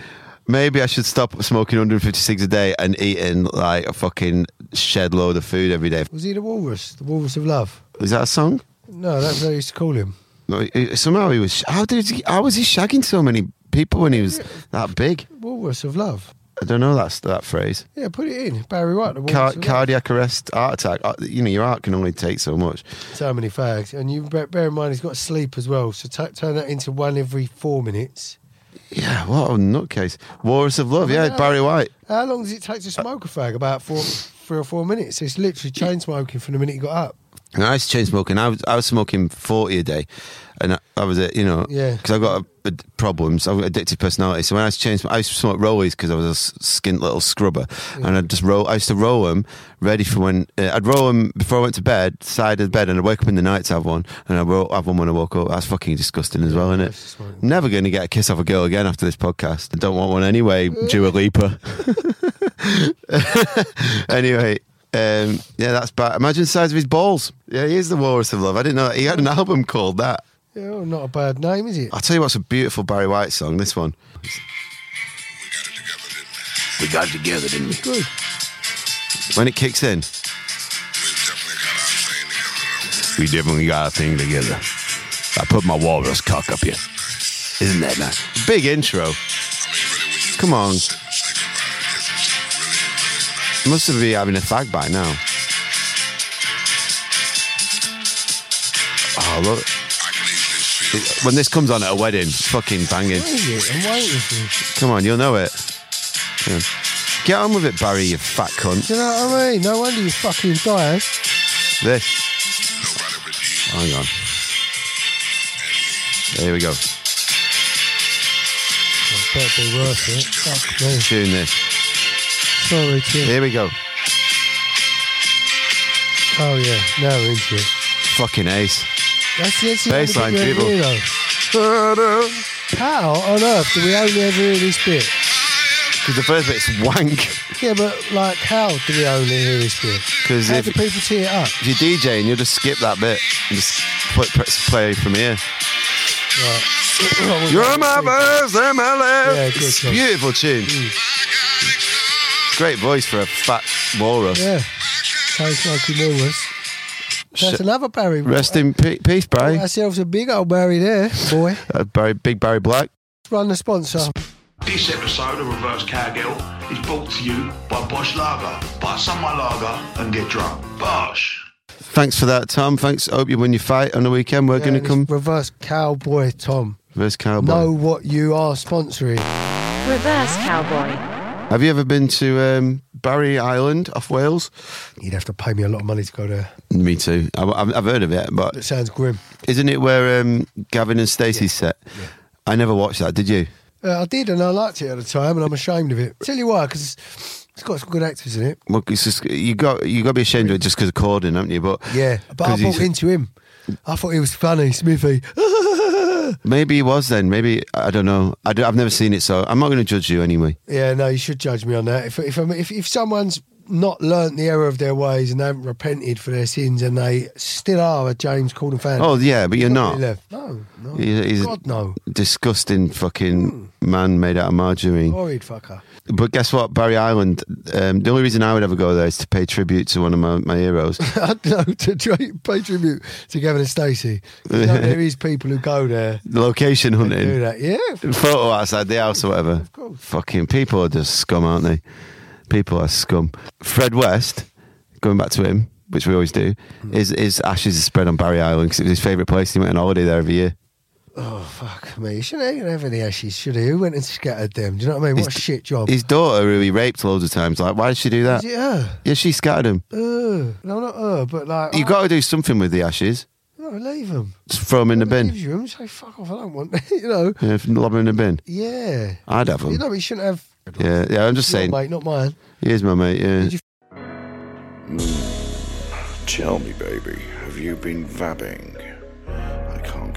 [SPEAKER 4] maybe I should stop smoking 156 a day and eating like a fucking shed load of food every day.
[SPEAKER 5] Was he the walrus? The walrus of love?
[SPEAKER 4] Is that a song?
[SPEAKER 5] No, that's what I used to call him.
[SPEAKER 4] No, he- he- Somehow he was. How did? He, how was he shagging so many people when he was that big?
[SPEAKER 5] Walrus of love.
[SPEAKER 4] I don't know that that phrase.
[SPEAKER 5] Yeah, put it in. Barry White, the walrus
[SPEAKER 4] Car-
[SPEAKER 5] of love.
[SPEAKER 4] cardiac arrest, heart attack. Uh, You know, your heart can only take so much.
[SPEAKER 5] So many fags. And you bear, bear in mind he's got sleep as well, so t- turn that into one every four minutes.
[SPEAKER 4] Yeah, what a nutcase. Walrus of Love. Yeah,
[SPEAKER 5] know.
[SPEAKER 4] Barry White.
[SPEAKER 5] How long does it take to smoke a fag? About four, three or four minutes. It's literally chain smoking from the minute you got up.
[SPEAKER 4] And I used to chain smoking. I was I was smoking forty a day, and I, I was a you know
[SPEAKER 5] Yeah.
[SPEAKER 4] because I've got a, a problems. I've got addictive personality. So when I used to chain, smoke, I used to smoke rollies because I was a s- skint little scrubber, and I'd just roll. I used to roll them ready for when uh, I'd roll them before I went to bed, side of the bed, and I'd wake up in the night to have one, and I'd roll, have one when I woke up. That's fucking disgusting as well,
[SPEAKER 5] I used to
[SPEAKER 4] isn't
[SPEAKER 5] smoke
[SPEAKER 4] it? Never going to get a kiss off a girl again after this podcast. I don't want one anyway, Dua Lipa. anyway, um, yeah, that's bad. Imagine the size of his balls. Yeah, he is the walrus of love. I didn't know that. He had an album called that.
[SPEAKER 5] Yeah, well, not a bad name, is it?
[SPEAKER 4] I'll tell you what's a beautiful Barry White song, this one. We got it together, didn't we?
[SPEAKER 5] Good.
[SPEAKER 4] When it kicks in. We definitely got our thing together. I put my walrus cock up here. Isn't that nice? Big intro. Come on. Must have been having a fag by now. Oh, look. It- When this comes on at a wedding, it's fucking banging.
[SPEAKER 5] What is it? I'm waiting for it.
[SPEAKER 4] Come on, you'll know it. Come on. Get on with it, Barry, you fat cunt.
[SPEAKER 5] Do you know what I mean? No wonder you fucking die.
[SPEAKER 4] This. Hang on. There we go.
[SPEAKER 5] It better be worth it. Fuck me.
[SPEAKER 4] Tune this.
[SPEAKER 5] Sorry, Tim.
[SPEAKER 4] Here we go.
[SPEAKER 5] Oh, yeah. Now we're into it.
[SPEAKER 4] Fucking ace.
[SPEAKER 5] That's, that's the only
[SPEAKER 4] Baseline
[SPEAKER 5] bit you ever
[SPEAKER 4] dribble.
[SPEAKER 5] hear, though.
[SPEAKER 4] It's
[SPEAKER 5] How on earth do we only ever hear this bit?
[SPEAKER 4] Because the first bit's wank.
[SPEAKER 5] Yeah, but like, how do we only hear this bit?
[SPEAKER 4] 'Cause
[SPEAKER 5] how
[SPEAKER 4] if-
[SPEAKER 5] do people tee it up?
[SPEAKER 4] If you're DJing, you'll just skip that bit and just put, press play from here.
[SPEAKER 5] Right.
[SPEAKER 4] You're my first and my last.
[SPEAKER 5] Yeah, good
[SPEAKER 4] It's a
[SPEAKER 5] song.
[SPEAKER 4] beautiful tune.
[SPEAKER 5] Mm.
[SPEAKER 4] Great voice for a fat walrus.
[SPEAKER 5] Yeah. Tastes like you know us. That's
[SPEAKER 4] Sh-
[SPEAKER 5] another Barry.
[SPEAKER 4] Rest in pe- peace, Barry.
[SPEAKER 5] Ourselves a big old Barry there, boy.
[SPEAKER 4] Uh, Barry, big Barry Black.
[SPEAKER 5] Run the sponsor.
[SPEAKER 8] This episode of Reverse Cowgirl is brought to you by Bosch Lager. Buy some my lager and get drunk. Bosch.
[SPEAKER 4] Thanks for that, Tom. Thanks. Hope you win your fight on the weekend. We're
[SPEAKER 5] Yeah,
[SPEAKER 4] going
[SPEAKER 5] and
[SPEAKER 4] to
[SPEAKER 5] it's
[SPEAKER 4] come.
[SPEAKER 5] Reverse cowboy Tom.
[SPEAKER 4] Reverse Cowboy.
[SPEAKER 5] Know what you are sponsoring.
[SPEAKER 9] Reverse cowboy.
[SPEAKER 4] Have you ever been to um, Barry Island off Wales?
[SPEAKER 5] You'd have to pay me a lot of money to go there.
[SPEAKER 4] Me too. I, I've I've heard of it,
[SPEAKER 5] That
[SPEAKER 4] but
[SPEAKER 5] sounds grim.
[SPEAKER 4] isn't it where um, Gavin and Stacey's set? I never watched that. Did you?
[SPEAKER 5] Uh, I did, and I liked it at the time, and I'm ashamed of it. Tell you why, because it's got some good actors in it.
[SPEAKER 4] Well, it's just, you got you got to be ashamed of it just because of Corden, haven't you? But
[SPEAKER 5] Yeah, but I
[SPEAKER 4] 'cause he's-
[SPEAKER 5] bought into him. I thought he was funny, Smithy.
[SPEAKER 4] Maybe he was then. Maybe I don't know. I have never seen it, so I'm not going to judge you anyway.
[SPEAKER 5] Yeah, no, you should judge me on that. If if I'm- if, if someone's not learnt the error of their ways and they haven't repented for their sins and they still are a James Corden fan,
[SPEAKER 4] Oh yeah, but you're not.
[SPEAKER 5] really left. No, no,
[SPEAKER 4] He's, he's
[SPEAKER 5] God no,
[SPEAKER 4] a disgusting fucking man made out of margarine.
[SPEAKER 5] horrid fucker.
[SPEAKER 4] But guess what, Barry Island. Um, the only reason I would ever go there is to pay tribute to one of my, my heroes.
[SPEAKER 5] I don't know to try, pay tribute to Gavin and Stacey. 'Cause, you know, there is people who go there
[SPEAKER 4] The Location
[SPEAKER 5] and do
[SPEAKER 4] hunting,
[SPEAKER 5] that. Yeah,
[SPEAKER 4] photo outside the house or whatever.
[SPEAKER 5] course.
[SPEAKER 4] Fucking people are just scum, aren't they? People are scum. Fred West, going back to him, which we always do, is his ashes is spread on Barry Island because it was his favourite place. He went on holiday there every year.
[SPEAKER 5] fuck me. Shouldn't even have any ashes, should he? Who went and scattered them? Do you know what I mean? What a
[SPEAKER 4] His-
[SPEAKER 5] shit job.
[SPEAKER 4] His daughter, who he raped loads of times, like, why did she do that?
[SPEAKER 5] Is it her?
[SPEAKER 4] Yeah, she scattered him.
[SPEAKER 5] Uh, no, not her, but like
[SPEAKER 4] You've got to do something with the ashes.
[SPEAKER 5] oh, no, leave them.
[SPEAKER 4] Just throw them in the bin.
[SPEAKER 5] Gives you 'em, say fuck off. I don't want. you know.
[SPEAKER 4] Yeah, lob 'em in Uh, the bin.
[SPEAKER 5] Yeah.
[SPEAKER 4] I'd have them.
[SPEAKER 5] You know, he shouldn't have.
[SPEAKER 4] yeah, yeah, I'm just saying.
[SPEAKER 5] Your mate, not mine.
[SPEAKER 4] Here's my mate, yeah.
[SPEAKER 10] Tell me, baby, have you been vabbing? I can't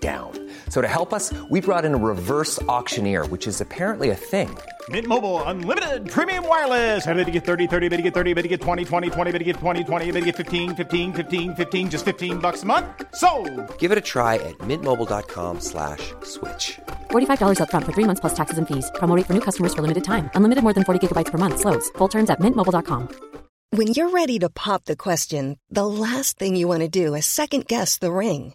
[SPEAKER 11] down. So to help us, we brought in a reverse auctioneer, which is apparently a thing.
[SPEAKER 12] Mint Mobile unlimited premium wireless. Ready to get 30, 30, bit to get 30, bit to get 20, 20, 20, bit to get 20, 20, bit to get 15, 15, 15, 15 just 15 bucks a month. So,
[SPEAKER 11] Give it a try at mintmobile.com slash switch.
[SPEAKER 9] $45 up front for three months plus taxes and fees. Promoting for new customers for limited time. Unlimited more than 40 gigabytes per month. Slows. Full terms at mintmobile.com.
[SPEAKER 2] When you're ready to pop the question, the last thing you want to do is second guess the ring.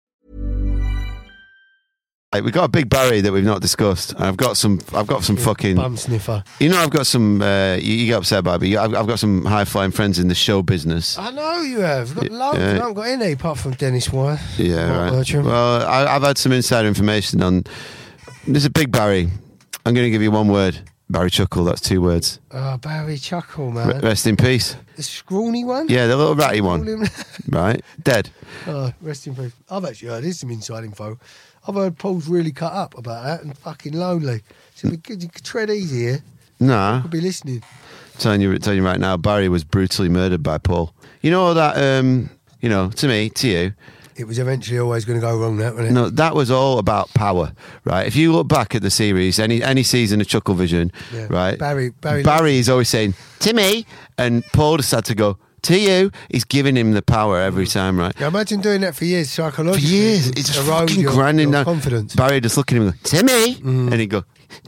[SPEAKER 4] Right, we've got a big Barry that we've not discussed. And I've got some, I've got some fucking.
[SPEAKER 5] Bum sniffer.
[SPEAKER 4] You know, I've got some. Uh, you, you get upset about, it, but you, I've, I've got some high flying friends in the show business.
[SPEAKER 5] I know you have. You've got
[SPEAKER 4] Yeah.
[SPEAKER 5] loads. I haven't got any apart from Dennis White.
[SPEAKER 4] Yeah,
[SPEAKER 5] Mark
[SPEAKER 4] right.
[SPEAKER 5] Bertram.
[SPEAKER 4] Well, I, I've had some insider information on. There's a big Barry. I'm going to give you one word. Barry Chuckle. That's two words.
[SPEAKER 5] Oh, Barry Chuckle,
[SPEAKER 4] R-
[SPEAKER 5] man.
[SPEAKER 4] rest in peace.
[SPEAKER 5] the scrawny one?
[SPEAKER 4] Yeah, the little ratty
[SPEAKER 5] Call
[SPEAKER 4] one.
[SPEAKER 5] him-
[SPEAKER 4] Right, dead.
[SPEAKER 5] oh, rest in peace. I've actually heard there's some inside info. I've heard Paul's really cut up about that and fucking lonely. So we could, you could tread easy here.
[SPEAKER 4] Nah,
[SPEAKER 5] I'll be listening.
[SPEAKER 4] telling you, telling you right now, Barry was brutally murdered by Paul. You know that. Um, you know, to me, to you,
[SPEAKER 5] It was eventually always going to go wrong, that, wasn't it?
[SPEAKER 4] No, that was all about power, right? If you look back at the series, any any season of Chuckle Vision,
[SPEAKER 5] Yeah.
[SPEAKER 4] right?
[SPEAKER 5] Barry- Barry-
[SPEAKER 4] is always saying to me, and Paul just had to go to you. He's giving him the power every time, right?
[SPEAKER 5] Now imagine doing that for years
[SPEAKER 4] For
[SPEAKER 5] psychologically.
[SPEAKER 4] years,
[SPEAKER 5] It would
[SPEAKER 4] it's just
[SPEAKER 5] erode
[SPEAKER 4] fucking
[SPEAKER 5] your-
[SPEAKER 4] grinding
[SPEAKER 5] your
[SPEAKER 4] down.
[SPEAKER 5] confidence. Mm.
[SPEAKER 4] Barry just looking at him, like, Timmy, and he'd go,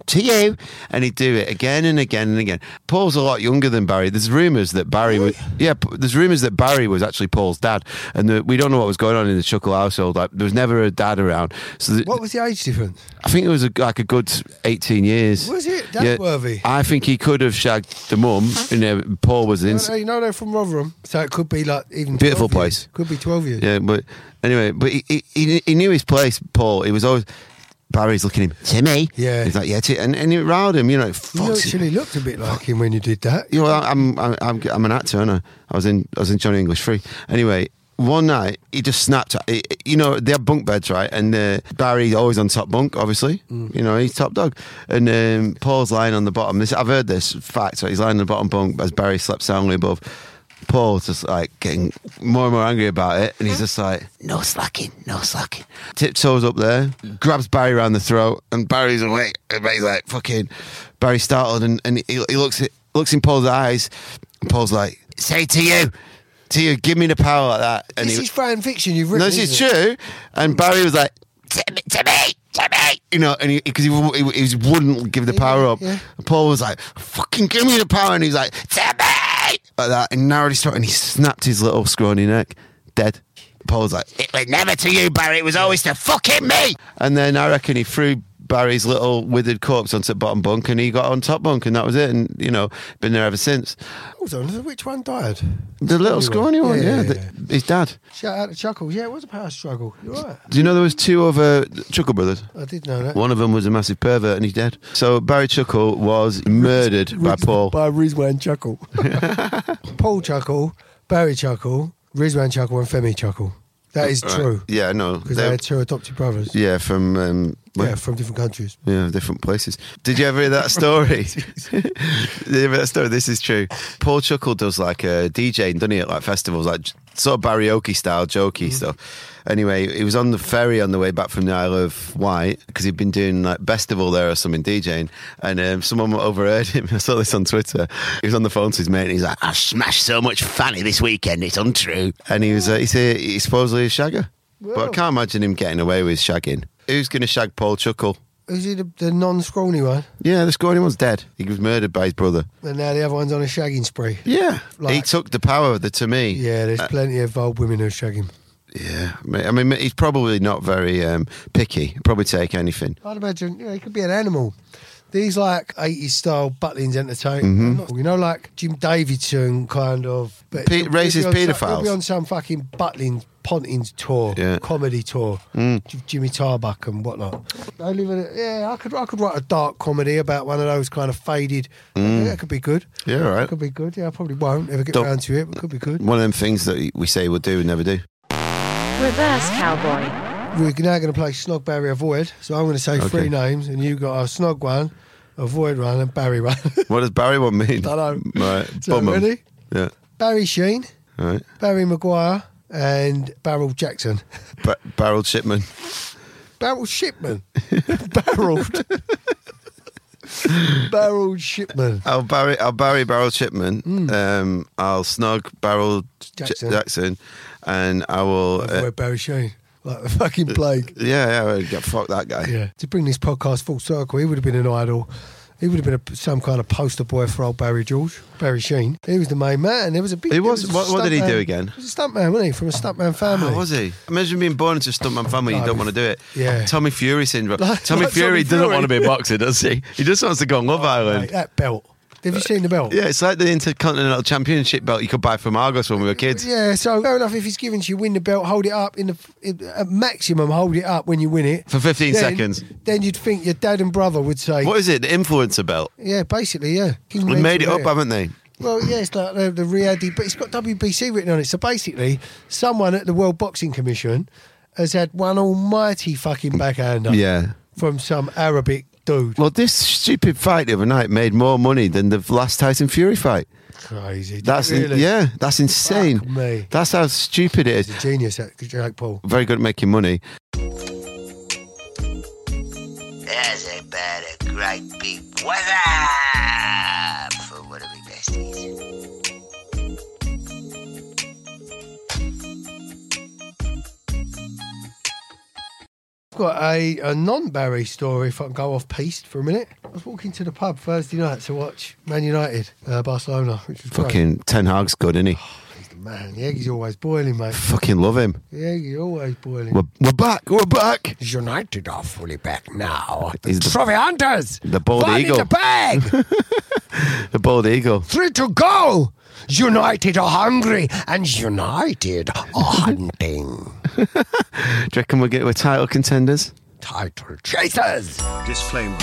[SPEAKER 4] to you. And he'd do it again and again and again. Paul's a lot younger than Barry. There's rumours that Barry was, yeah, p- there's rumours that Barry was actually Paul's dad. And that we don't know what was going on in the Chuckle household. Like, there was never a dad around. So the,
[SPEAKER 5] What was the age difference?
[SPEAKER 4] I think it was a, like a good 18 years.
[SPEAKER 5] Was it that worthy?
[SPEAKER 4] I think he could have shagged the mum. You know, Paul was in.
[SPEAKER 5] No, no, you know they're from Rotherham, so it could be like even
[SPEAKER 4] Beautiful
[SPEAKER 5] 12 years.
[SPEAKER 4] place.
[SPEAKER 5] Could be twelve years.
[SPEAKER 4] Yeah, but anyway, but he, he- he he knew his place, Paul. He was always Barry's looking at him, Timmy.
[SPEAKER 5] Yeah.
[SPEAKER 4] he's like yeah, Ti-" and and it riled him. You know,
[SPEAKER 5] You
[SPEAKER 4] fuck.
[SPEAKER 5] actually looked a bit like him when you did that.
[SPEAKER 4] You know, I'm I'm I'm, I'm an actor, and I I was in I was in Johnny English Free. Anyway. One night, he just snapped. at- he- You know, they have bunk beds, right? And uh, Barry's always on top bunk, obviously. You know, he's top dog. And um, Paul's lying on the bottom. This I've heard this fact. So he's lying on the bottom bunk as Barry slept soundly above. Paul's just like getting more and more angry about it, and he's just like, "No slacking, no slacking." Tiptoes up there, grabs Barry around the throat, and Barry's awake. And Barry's like, "Fucking," Barry startled, and, and he, he looks at, looks in Paul's eyes. And Paul's like, "Say to you, to you, give me the power like that." And
[SPEAKER 5] this
[SPEAKER 4] he,
[SPEAKER 5] is fan fiction. You've written.
[SPEAKER 4] no, this is
[SPEAKER 5] isn't it?
[SPEAKER 4] true. And Barry was like, "Timmy, Timmy, Timmy," you know, and because he, he, he, he wouldn't give the power up.
[SPEAKER 5] yeah.
[SPEAKER 4] And Paul was like, "Fucking give me the power," and he's like, "Timmy," like that, and narrowed his throat, and he snapped his little scrawny neck, dead. Paul was like, "It was never to you, Barry. It was always to fucking me." And then I reckon he threw. Barry's little withered corpse onto bottom bunk, and he got on top bunk, and that was it. And you know, been there ever since.
[SPEAKER 5] Hold on, which one died?
[SPEAKER 4] The little scrawny one, yeah,
[SPEAKER 5] yeah,
[SPEAKER 4] the- his dad.
[SPEAKER 5] Shout out to Chuckles. Yeah, it was a power struggle. You're right.
[SPEAKER 4] Do you know there was two other Chuckle brothers?
[SPEAKER 5] I did know that.
[SPEAKER 4] One of them was a massive pervert and he's dead. So Barry Chuckle was murdered by Paul.
[SPEAKER 5] By Rizwan Chuckle. Paul Chuckle, Barry Chuckle, Rizwan Chuckle, and Femi Chuckle. That is
[SPEAKER 4] Right.
[SPEAKER 5] true.
[SPEAKER 4] Yeah, no.
[SPEAKER 5] Because they had two adopted brothers.
[SPEAKER 4] Yeah, from um, where-
[SPEAKER 5] Yeah, from different countries.
[SPEAKER 4] Yeah, different places. Did you ever hear that story? Did you ever hear that story? This is true. Paul Chuckle does like a DJing, doesn't he, at like festivals, like j- sort of karaoke style, jokey stuff. Anyway, he was on the ferry on the way back from the Isle of Wight because he'd been doing like festival there or something DJing, and um, someone overheard him. I saw this on Twitter. He was on the phone to his mate, and he's like, "I've smashed so much fanny this weekend, it's untrue." And he was, uh, he's, a, he's supposedly a shagger, but I can't imagine him getting away with shagging. Who's going to shag Paul Chuckle?
[SPEAKER 5] Is he the, the non scrawny one?
[SPEAKER 4] Yeah, the scrawny one's dead. He was murdered by his brother.
[SPEAKER 5] And now the other one's on a shagging spree.
[SPEAKER 4] Yeah, he took the power. The to me,
[SPEAKER 5] Yeah, there's
[SPEAKER 4] Uh,
[SPEAKER 5] plenty of old women who shag him.
[SPEAKER 4] yeah. I mean- I mean, he's probably not very um, picky. He'd Probably take anything.
[SPEAKER 5] I'd imagine you know, he could be an animal. These like 80s style Butlins entertainment,
[SPEAKER 4] Mhm.
[SPEAKER 5] you know, like Jim Davidson kind of but
[SPEAKER 4] Pe-
[SPEAKER 5] he'll- he'll be
[SPEAKER 4] racist
[SPEAKER 5] on some-
[SPEAKER 4] paedophiles.
[SPEAKER 5] He'll be on some fucking Butlins Pontins tour,
[SPEAKER 4] Yeah.
[SPEAKER 5] comedy tour,
[SPEAKER 4] Mm.
[SPEAKER 5] J- Jimmy Tarbuck and whatnot. They live in a, yeah, I could I could write a dark comedy about one of those kind of faded. I
[SPEAKER 4] Mm.
[SPEAKER 5] think that could be good.
[SPEAKER 4] Yeah, all right.
[SPEAKER 5] Could be good. Yeah, I probably won't ever get
[SPEAKER 4] Don't-
[SPEAKER 5] round to it, but could be good.
[SPEAKER 4] One of them things that we say we'll do and never do.
[SPEAKER 5] Reverse cowboy. We're now going to play Snog Barry Avoid. So I'm going to say
[SPEAKER 4] Okay.
[SPEAKER 5] three names, and you got a Snog one, a Void one, and Barry one.
[SPEAKER 4] What does Barry one mean?
[SPEAKER 5] Dunno.
[SPEAKER 4] Right,
[SPEAKER 5] So
[SPEAKER 4] bum 'em.
[SPEAKER 5] ready?
[SPEAKER 4] Yeah,
[SPEAKER 5] Barry Sheen,
[SPEAKER 4] all right.
[SPEAKER 5] Barry Maguire, and Barrel Jackson.
[SPEAKER 4] Ba- barreled shipman.
[SPEAKER 5] Barrel Shipman. Barreled. Barreled Shipman.
[SPEAKER 4] I'll Barry. I'll Barry barreled shipman. Um, I'll snog barreled J-
[SPEAKER 5] Jackson.
[SPEAKER 4] Jackson, and I will. uh,
[SPEAKER 5] Avoid Barry Sheen. Like the fucking plague.
[SPEAKER 4] yeah, yeah. Fuck that guy.
[SPEAKER 5] Yeah. To bring this podcast full circle, he would have been an idol. He would have been a, some kind of poster boy for old Barry George, Barry Sheen. He was the main man. There was a big.
[SPEAKER 4] He
[SPEAKER 5] there
[SPEAKER 4] was-
[SPEAKER 5] a
[SPEAKER 4] what- what did he do
[SPEAKER 5] stuntman-
[SPEAKER 4] again?
[SPEAKER 5] He was a stuntman, wasn't he? From a stuntman family.
[SPEAKER 4] Oh, was he? Imagine being born into a stuntman family. You
[SPEAKER 5] No.
[SPEAKER 4] don't want to do it.
[SPEAKER 5] Yeah.
[SPEAKER 4] Tommy Fury syndrome.
[SPEAKER 5] Like-
[SPEAKER 4] Tommy
[SPEAKER 5] like
[SPEAKER 4] Fury
[SPEAKER 5] Tommy
[SPEAKER 4] doesn't
[SPEAKER 5] Fury. Oh,
[SPEAKER 4] want to be a boxer, does he? He just wants to go on Love Island.
[SPEAKER 5] Like oh. that belt. Have you seen the belt?
[SPEAKER 4] Oh, Uh, Yeah, it's like the Intercontinental Championship belt you could buy from Argos when we were kids.
[SPEAKER 5] Yeah, so fair enough. If it's given to you, win the belt, hold it up in the in- at maximum, hold it up when you win it
[SPEAKER 4] For 15
[SPEAKER 5] Then-
[SPEAKER 4] seconds.
[SPEAKER 5] Then you'd think your dad and brother would say,
[SPEAKER 4] What is it? The influencer belt.
[SPEAKER 5] Yeah, basically, yeah. King
[SPEAKER 4] We
[SPEAKER 5] Leeds
[SPEAKER 4] made it
[SPEAKER 5] were
[SPEAKER 4] up,
[SPEAKER 5] there.
[SPEAKER 4] haven't they?
[SPEAKER 5] Well, yeah, it's like the, the Riyadh, but it's got WBC written on it. So basically, someone at the World Boxing Commission has had one almighty fucking backhander.
[SPEAKER 4] Yeah.
[SPEAKER 5] From some Arabic dude.
[SPEAKER 4] Well, this stupid fight the other night made more money than the last Tyson Fury fight.
[SPEAKER 5] Crazy.
[SPEAKER 4] That's
[SPEAKER 5] really?
[SPEAKER 4] yeah, that's insane.
[SPEAKER 5] me.
[SPEAKER 4] That's how stupid it is.
[SPEAKER 5] Genius, that Jake Paul.
[SPEAKER 4] Very good at making money.
[SPEAKER 6] That's about a great big what's up for one of my besties.
[SPEAKER 5] I've got a, a non Barry story if I can go off piste for a minute. I was walking to the pub Thursday night to watch Man United, uh, Barcelona, which was great.
[SPEAKER 4] Fucking Ten Hag's good, isn't he?
[SPEAKER 5] Man, the egg's always boiling, mate.
[SPEAKER 4] Fucking love him.
[SPEAKER 5] The egg is always boiling.
[SPEAKER 4] We're, we're back. We're back.
[SPEAKER 13] United are fully back now.
[SPEAKER 4] He's the-
[SPEAKER 13] Trophy hunters.
[SPEAKER 4] The bald
[SPEAKER 13] One
[SPEAKER 4] eagle.
[SPEAKER 13] in the bag.
[SPEAKER 4] The bald eagle.
[SPEAKER 13] Three to go. United are hungry and United are hunting.
[SPEAKER 4] Do you reckon we're, get, we're title contenders?
[SPEAKER 13] Title chasers.
[SPEAKER 14] Disclaimer.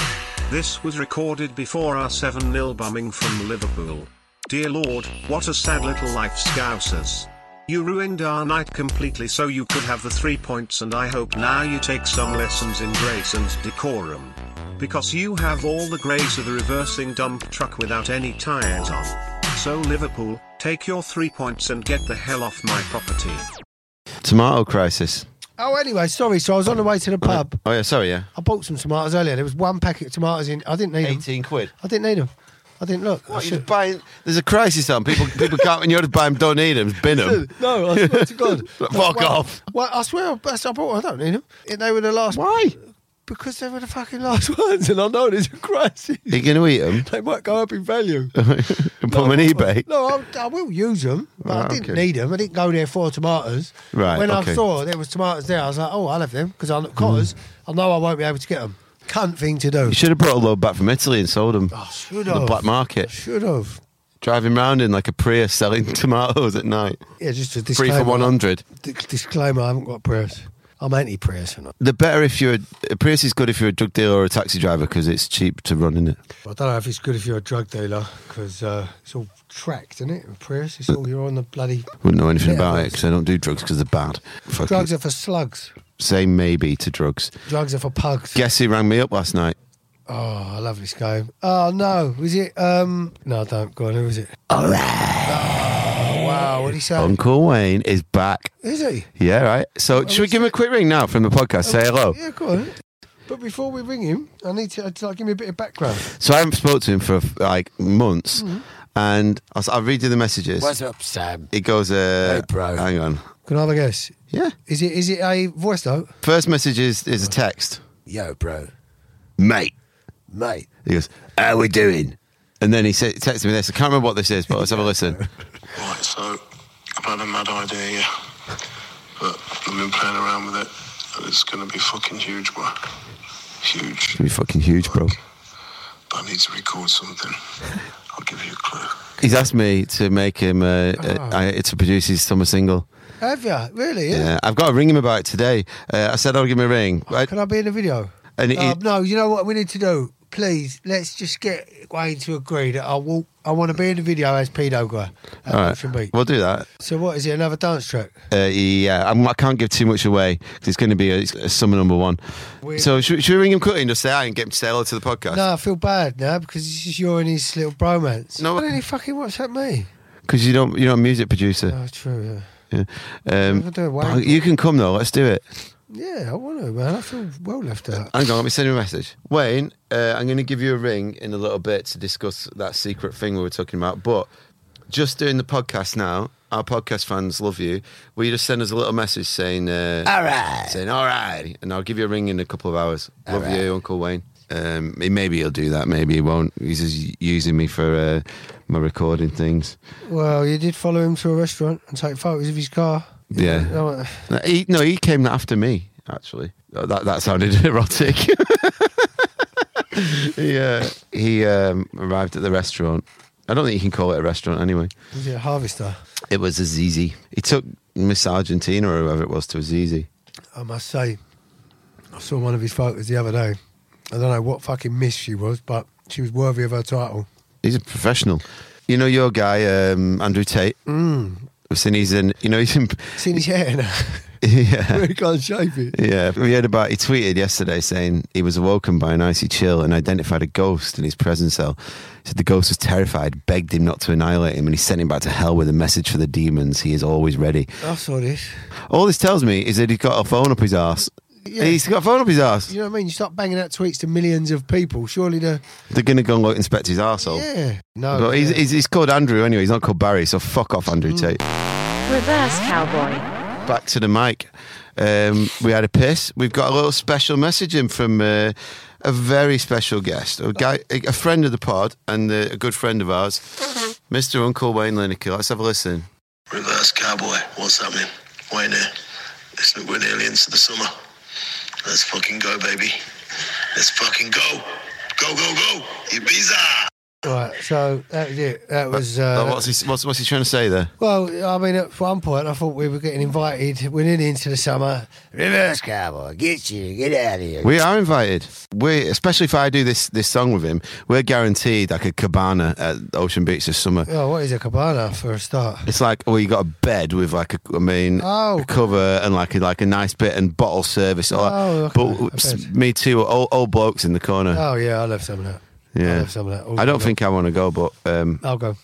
[SPEAKER 14] This was recorded before our 7 0 bumming from Liverpool. Dear Lord, what a sad little life, Scousers. You ruined our night completely so you could have the three points, and I hope now you take some lessons in grace and decorum. Because you have all the grace of a reversing dump truck without any tyres on. So, Liverpool, take your three points and get the hell off my property.
[SPEAKER 4] Tomato crisis.
[SPEAKER 5] Oh, anyway, sorry. So I was on the way to the pub.
[SPEAKER 4] Oh, yeah, sorry, yeah.
[SPEAKER 5] I bought some tomatoes earlier. There was one packet of tomatoes in. I didn't need 18 them.
[SPEAKER 4] 18 quid.
[SPEAKER 5] I didn't need them. I didn't look. I
[SPEAKER 4] What, you're
[SPEAKER 5] should-
[SPEAKER 4] just buying, there's a crisis on. People people can't, when you order buy them, don't eat them, bin them.
[SPEAKER 5] No, I swear to God.
[SPEAKER 4] Fuck
[SPEAKER 5] Well, well,
[SPEAKER 4] off.
[SPEAKER 5] Well, I swear, that's I bought. I don't need them. They were the last. Why? Because they were the fucking last ones, and I know there's a crisis.
[SPEAKER 4] You're going to eat them?
[SPEAKER 5] They might go up in value.
[SPEAKER 4] Put them on eBay?
[SPEAKER 5] No, I, I will use them, but I
[SPEAKER 4] Right,
[SPEAKER 5] didn't need 'em.
[SPEAKER 4] okay.
[SPEAKER 5] need them. I didn't go there for tomatoes.
[SPEAKER 4] Right,
[SPEAKER 5] When
[SPEAKER 4] okay. Mm.
[SPEAKER 5] I saw there was tomatoes there, I was like, oh, I'll have them because I because I know I won't be able to get them. Cunt thing to do. Ah,
[SPEAKER 4] You should have brought a load back from Italy and sold them.
[SPEAKER 5] should
[SPEAKER 4] The
[SPEAKER 5] have.
[SPEAKER 4] black market.
[SPEAKER 5] Should have.
[SPEAKER 4] Driving round in like a Prius selling tomatoes at night.
[SPEAKER 5] Yeah, just a
[SPEAKER 4] Three
[SPEAKER 5] disclaimer.
[SPEAKER 4] for 100.
[SPEAKER 5] D- disclaimer: I haven't got prayers. I'm anti-prayers, and I
[SPEAKER 4] The better if you're a, a Prius is good if you're a drug dealer or a taxi driver because it's cheap to run in it.
[SPEAKER 5] I don't know if it's good if you're a drug dealer because uh, it's all tracked, isn't it? with Prayers. It's all you're on the bloody.
[SPEAKER 4] Wouldn't know anything
[SPEAKER 5] Yeah,
[SPEAKER 4] about
[SPEAKER 5] but
[SPEAKER 4] it because I don't do drugs because they're bad. Fuck
[SPEAKER 5] Drugs
[SPEAKER 4] it.
[SPEAKER 5] are for slugs.
[SPEAKER 4] Say maybe to drugs.
[SPEAKER 5] Drugs are for pugs.
[SPEAKER 4] Guess who rang me up last night?
[SPEAKER 5] Oh, I love this game. Oh no, was it? Um, no, I don't. Go on, who was it?
[SPEAKER 4] All right.
[SPEAKER 5] Oh wow, what did he say?
[SPEAKER 4] Uncle Wayne is back.
[SPEAKER 5] Is he?
[SPEAKER 4] Yeah, right. So should we give him a quick ring now from the podcast? Say hello.
[SPEAKER 5] Yeah, go on. But before we ring him, I need to, to like, give me a bit of background.
[SPEAKER 4] So I haven't spoke to him for like months, and I'll, I'll read you the messages.
[SPEAKER 13] What's up, Sam?
[SPEAKER 4] It goes, uh, hang on.
[SPEAKER 5] Can I have a guess?
[SPEAKER 4] Yeah.
[SPEAKER 5] Is it? Is it a voice note?
[SPEAKER 4] First message is, is a text.
[SPEAKER 13] Yo, bro.
[SPEAKER 4] Mate.
[SPEAKER 13] Mate.
[SPEAKER 4] He goes, how we doing? And then he sa- texted me this. I can't remember what this is, but let's have a listen.
[SPEAKER 15] Right, so I've had a mad idea, yeah. But I've been playing around with it, and it's gonna be fucking huge, bro. Huge.
[SPEAKER 4] Should be fucking huge, bro.
[SPEAKER 15] But I need to record something. I'll give you a clue.
[SPEAKER 4] He's asked me to make him, uh, uh, I, to produce his summer single.
[SPEAKER 5] Have you really?
[SPEAKER 4] Yeah, I've got to ring him about it today. Uh, I said I'll give him a ring. I-
[SPEAKER 5] Oh, Can I be in the video?
[SPEAKER 4] and he-
[SPEAKER 5] Um, no, you know what we need to do? Please, let's just get Wayne to agree that I will. I want to be in the video as pedo guy. At
[SPEAKER 4] all
[SPEAKER 5] Ocean Beach.
[SPEAKER 4] right, we'll do that.
[SPEAKER 5] So what is it? Another dance track?
[SPEAKER 4] Uh, yeah, I'm, I can't give too much away 'cause it's going to be a, it's a summer number one. So should, should we ring him quickly and just say hi and get him to say hello to the podcast?
[SPEAKER 5] No, I feel bad now because this is you and his little bromance.
[SPEAKER 4] No.
[SPEAKER 5] Why did he fucking WhatsApp me?
[SPEAKER 4] Because you don't, you're not a music producer.
[SPEAKER 5] Oh, true. Yeah.
[SPEAKER 4] Yeah. Um,
[SPEAKER 5] do it, why-
[SPEAKER 4] oh, you can come though. Let's do it.
[SPEAKER 5] Yeah, I want to, man. I feel well left out.
[SPEAKER 4] Hang on, let me send you a message. Wayne, uh, I'm going to give you a ring in a little bit to discuss that secret thing we were talking about. But just doing the podcast now, our podcast fans love you. Will you just send us a little message saying, uh,
[SPEAKER 13] All right.
[SPEAKER 4] Saying, all right. And I'll give you a ring in a couple of hours. love you, Uncle Wayne. Um, he- maybe he'll do that. Maybe he won't. He's just using me for uh, my recording things.
[SPEAKER 5] Well, you did follow him to a restaurant and take photos of his car.
[SPEAKER 4] Yeah.
[SPEAKER 5] No,
[SPEAKER 4] He, no, he came after me, actually. Oh, That, that sounded erotic. he uh, he um, arrived at the restaurant. I don't think you can call it a restaurant anyway.
[SPEAKER 5] Was it a harvester?
[SPEAKER 4] It was a Zizi. He took Miss Argentina or whoever it was to a Zizi.
[SPEAKER 5] I must say, I saw one of his photos the other day. I don't know what fucking miss she was, but she was worthy of her title.
[SPEAKER 4] He's a professional. You know your guy, um, Andrew Tate?
[SPEAKER 5] Mm.
[SPEAKER 4] I've seen he's in, you know, he's in.
[SPEAKER 5] Seen his hair now.
[SPEAKER 4] Yeah.
[SPEAKER 5] really can't shape it.
[SPEAKER 4] Yeah, we heard about. He tweeted yesterday saying he was awoken by an icy chill and identified a ghost in his prison cell. He said the ghost was terrified, begged him not to annihilate him, and he sent him back to hell with a message for the demons. He is always ready.
[SPEAKER 5] I saw this.
[SPEAKER 4] All this tells me is that he's got a phone up his ass.
[SPEAKER 5] Yeah.
[SPEAKER 4] He's got a phone up his ass.
[SPEAKER 5] You know what I mean? You start banging out tweets to millions of people. Surely the
[SPEAKER 4] They're gonna go and like, inspect his arsehole.
[SPEAKER 5] yeah. No,
[SPEAKER 4] but he's,
[SPEAKER 5] yeah.
[SPEAKER 4] he's, he's called Andrew anyway. He's not called Barry, so fuck off, Andrew Tate.
[SPEAKER 16] Reverse cowboy.
[SPEAKER 4] back to the mic. Um, we had a piss. We've got a little special message in from uh, a very special guest, a guy, a a friend of the pod, and uh, a good friend of ours, Mr. Uncle Wayne Lineker. Let's have a listen.
[SPEAKER 15] Reverse cowboy, what's happening? Wayne here. Listen, we're nearly into the summer. Let's fucking go, baby. Let's fucking go. Go, go, go. Ibiza.
[SPEAKER 5] Right, so that was it. That was. Uh,
[SPEAKER 4] Oh, what's, he, what's, what's he trying to say there?
[SPEAKER 5] well, I mean, at one point I thought we were getting invited. We're nearly into the summer. Reverse cowboy, get you, get out of here.
[SPEAKER 4] We are invited. We, especially if I do this this song with him, we're guaranteed like a cabana at Ocean Beach this summer.
[SPEAKER 5] Oh, what is a cabana for a start?
[SPEAKER 4] It's like well, you got a bed with like a, I mean,
[SPEAKER 5] Oh.
[SPEAKER 4] a cover and like a, like a nice bit and bottle service. All
[SPEAKER 5] Oh,
[SPEAKER 4] that. But s- me too, old, old blokes in the corner.
[SPEAKER 5] Oh yeah, I love some of that.
[SPEAKER 4] yeah,
[SPEAKER 5] I'll have some of that.
[SPEAKER 4] I don't think I want to go, but um,
[SPEAKER 5] I'll go.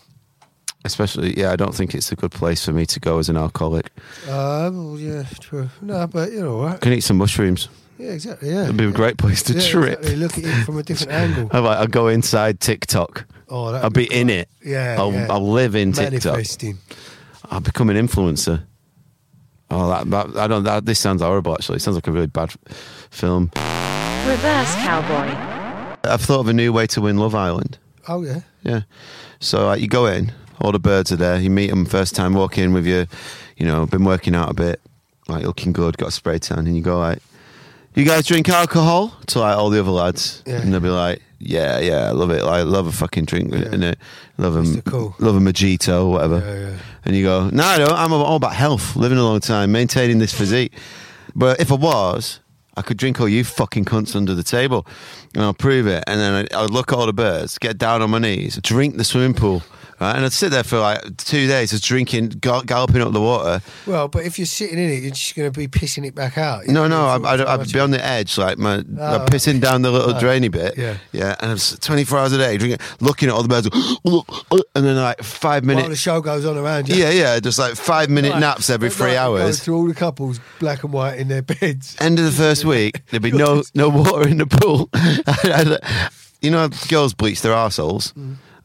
[SPEAKER 4] especially yeah, I don't think it's a good place for me to go as an alcoholic.
[SPEAKER 5] Uh, well, yeah, true. No, but you know what?
[SPEAKER 4] Can eat some mushrooms.
[SPEAKER 5] Yeah, exactly. Yeah,
[SPEAKER 4] It'd be a great place to
[SPEAKER 5] Yeah,
[SPEAKER 4] trip.
[SPEAKER 5] exactly. Look at it from a different angle.
[SPEAKER 4] I'll, like, I'll go inside TikTok.
[SPEAKER 5] Oh, that'd
[SPEAKER 4] I'll be,
[SPEAKER 5] be
[SPEAKER 4] in it.
[SPEAKER 5] Yeah,
[SPEAKER 4] I'll,
[SPEAKER 5] yeah.
[SPEAKER 4] I'll live in TikTok.
[SPEAKER 5] Manifesting.
[SPEAKER 4] I'll become an influencer. Oh, that, that I don't. That, this sounds horrible. Actually, it sounds like a really bad film.
[SPEAKER 16] Reverse cowboy.
[SPEAKER 4] I've thought of a new way to win Love Island.
[SPEAKER 5] Oh yeah.
[SPEAKER 4] Yeah. So like, you go in, all the birds are there. You meet them first time. Walk in with your, you know, been working out a bit, like looking good, got a spray tan, and you go like, "You guys drink alcohol?" To like all the other lads,
[SPEAKER 5] Yeah.
[SPEAKER 4] and they'll be like, "Yeah, yeah, I love it. Like, love a fucking drink with it, innit? Love a love a mojito, or whatever." And you go, "No, I don't. I'm all about health, living a long time, maintaining this physique. But if I was." I could drink all you fucking cunts under the table and I'll prove it. And then I- I'd look at all the birds, get down on my knees, drink the swimming pool. Right? And I'd sit there for like two days just drinking, gal- galloping up the water.
[SPEAKER 5] Well, but if you're sitting in it, you're just going to be pissing it back out.
[SPEAKER 4] No, no, I, I'd, I'd be on the edge, like my like pissing down the little
[SPEAKER 5] Oh,
[SPEAKER 4] drainy bit.
[SPEAKER 5] yeah.
[SPEAKER 4] yeah. And I'm s- 24 hours a day drinking, looking at all the birds, and then like five
[SPEAKER 5] While the
[SPEAKER 4] minutes.
[SPEAKER 5] show goes on around you.
[SPEAKER 4] Yeah, yeah, just like five minute
[SPEAKER 5] Right.
[SPEAKER 4] naps every
[SPEAKER 5] At
[SPEAKER 4] three
[SPEAKER 5] night, we go
[SPEAKER 4] hours.
[SPEAKER 5] Through all the couples, black and white in their beds.
[SPEAKER 4] End of the first week, there'd be no no water in the pool. I'd- I'd- you know, how girls bleach their arseholes.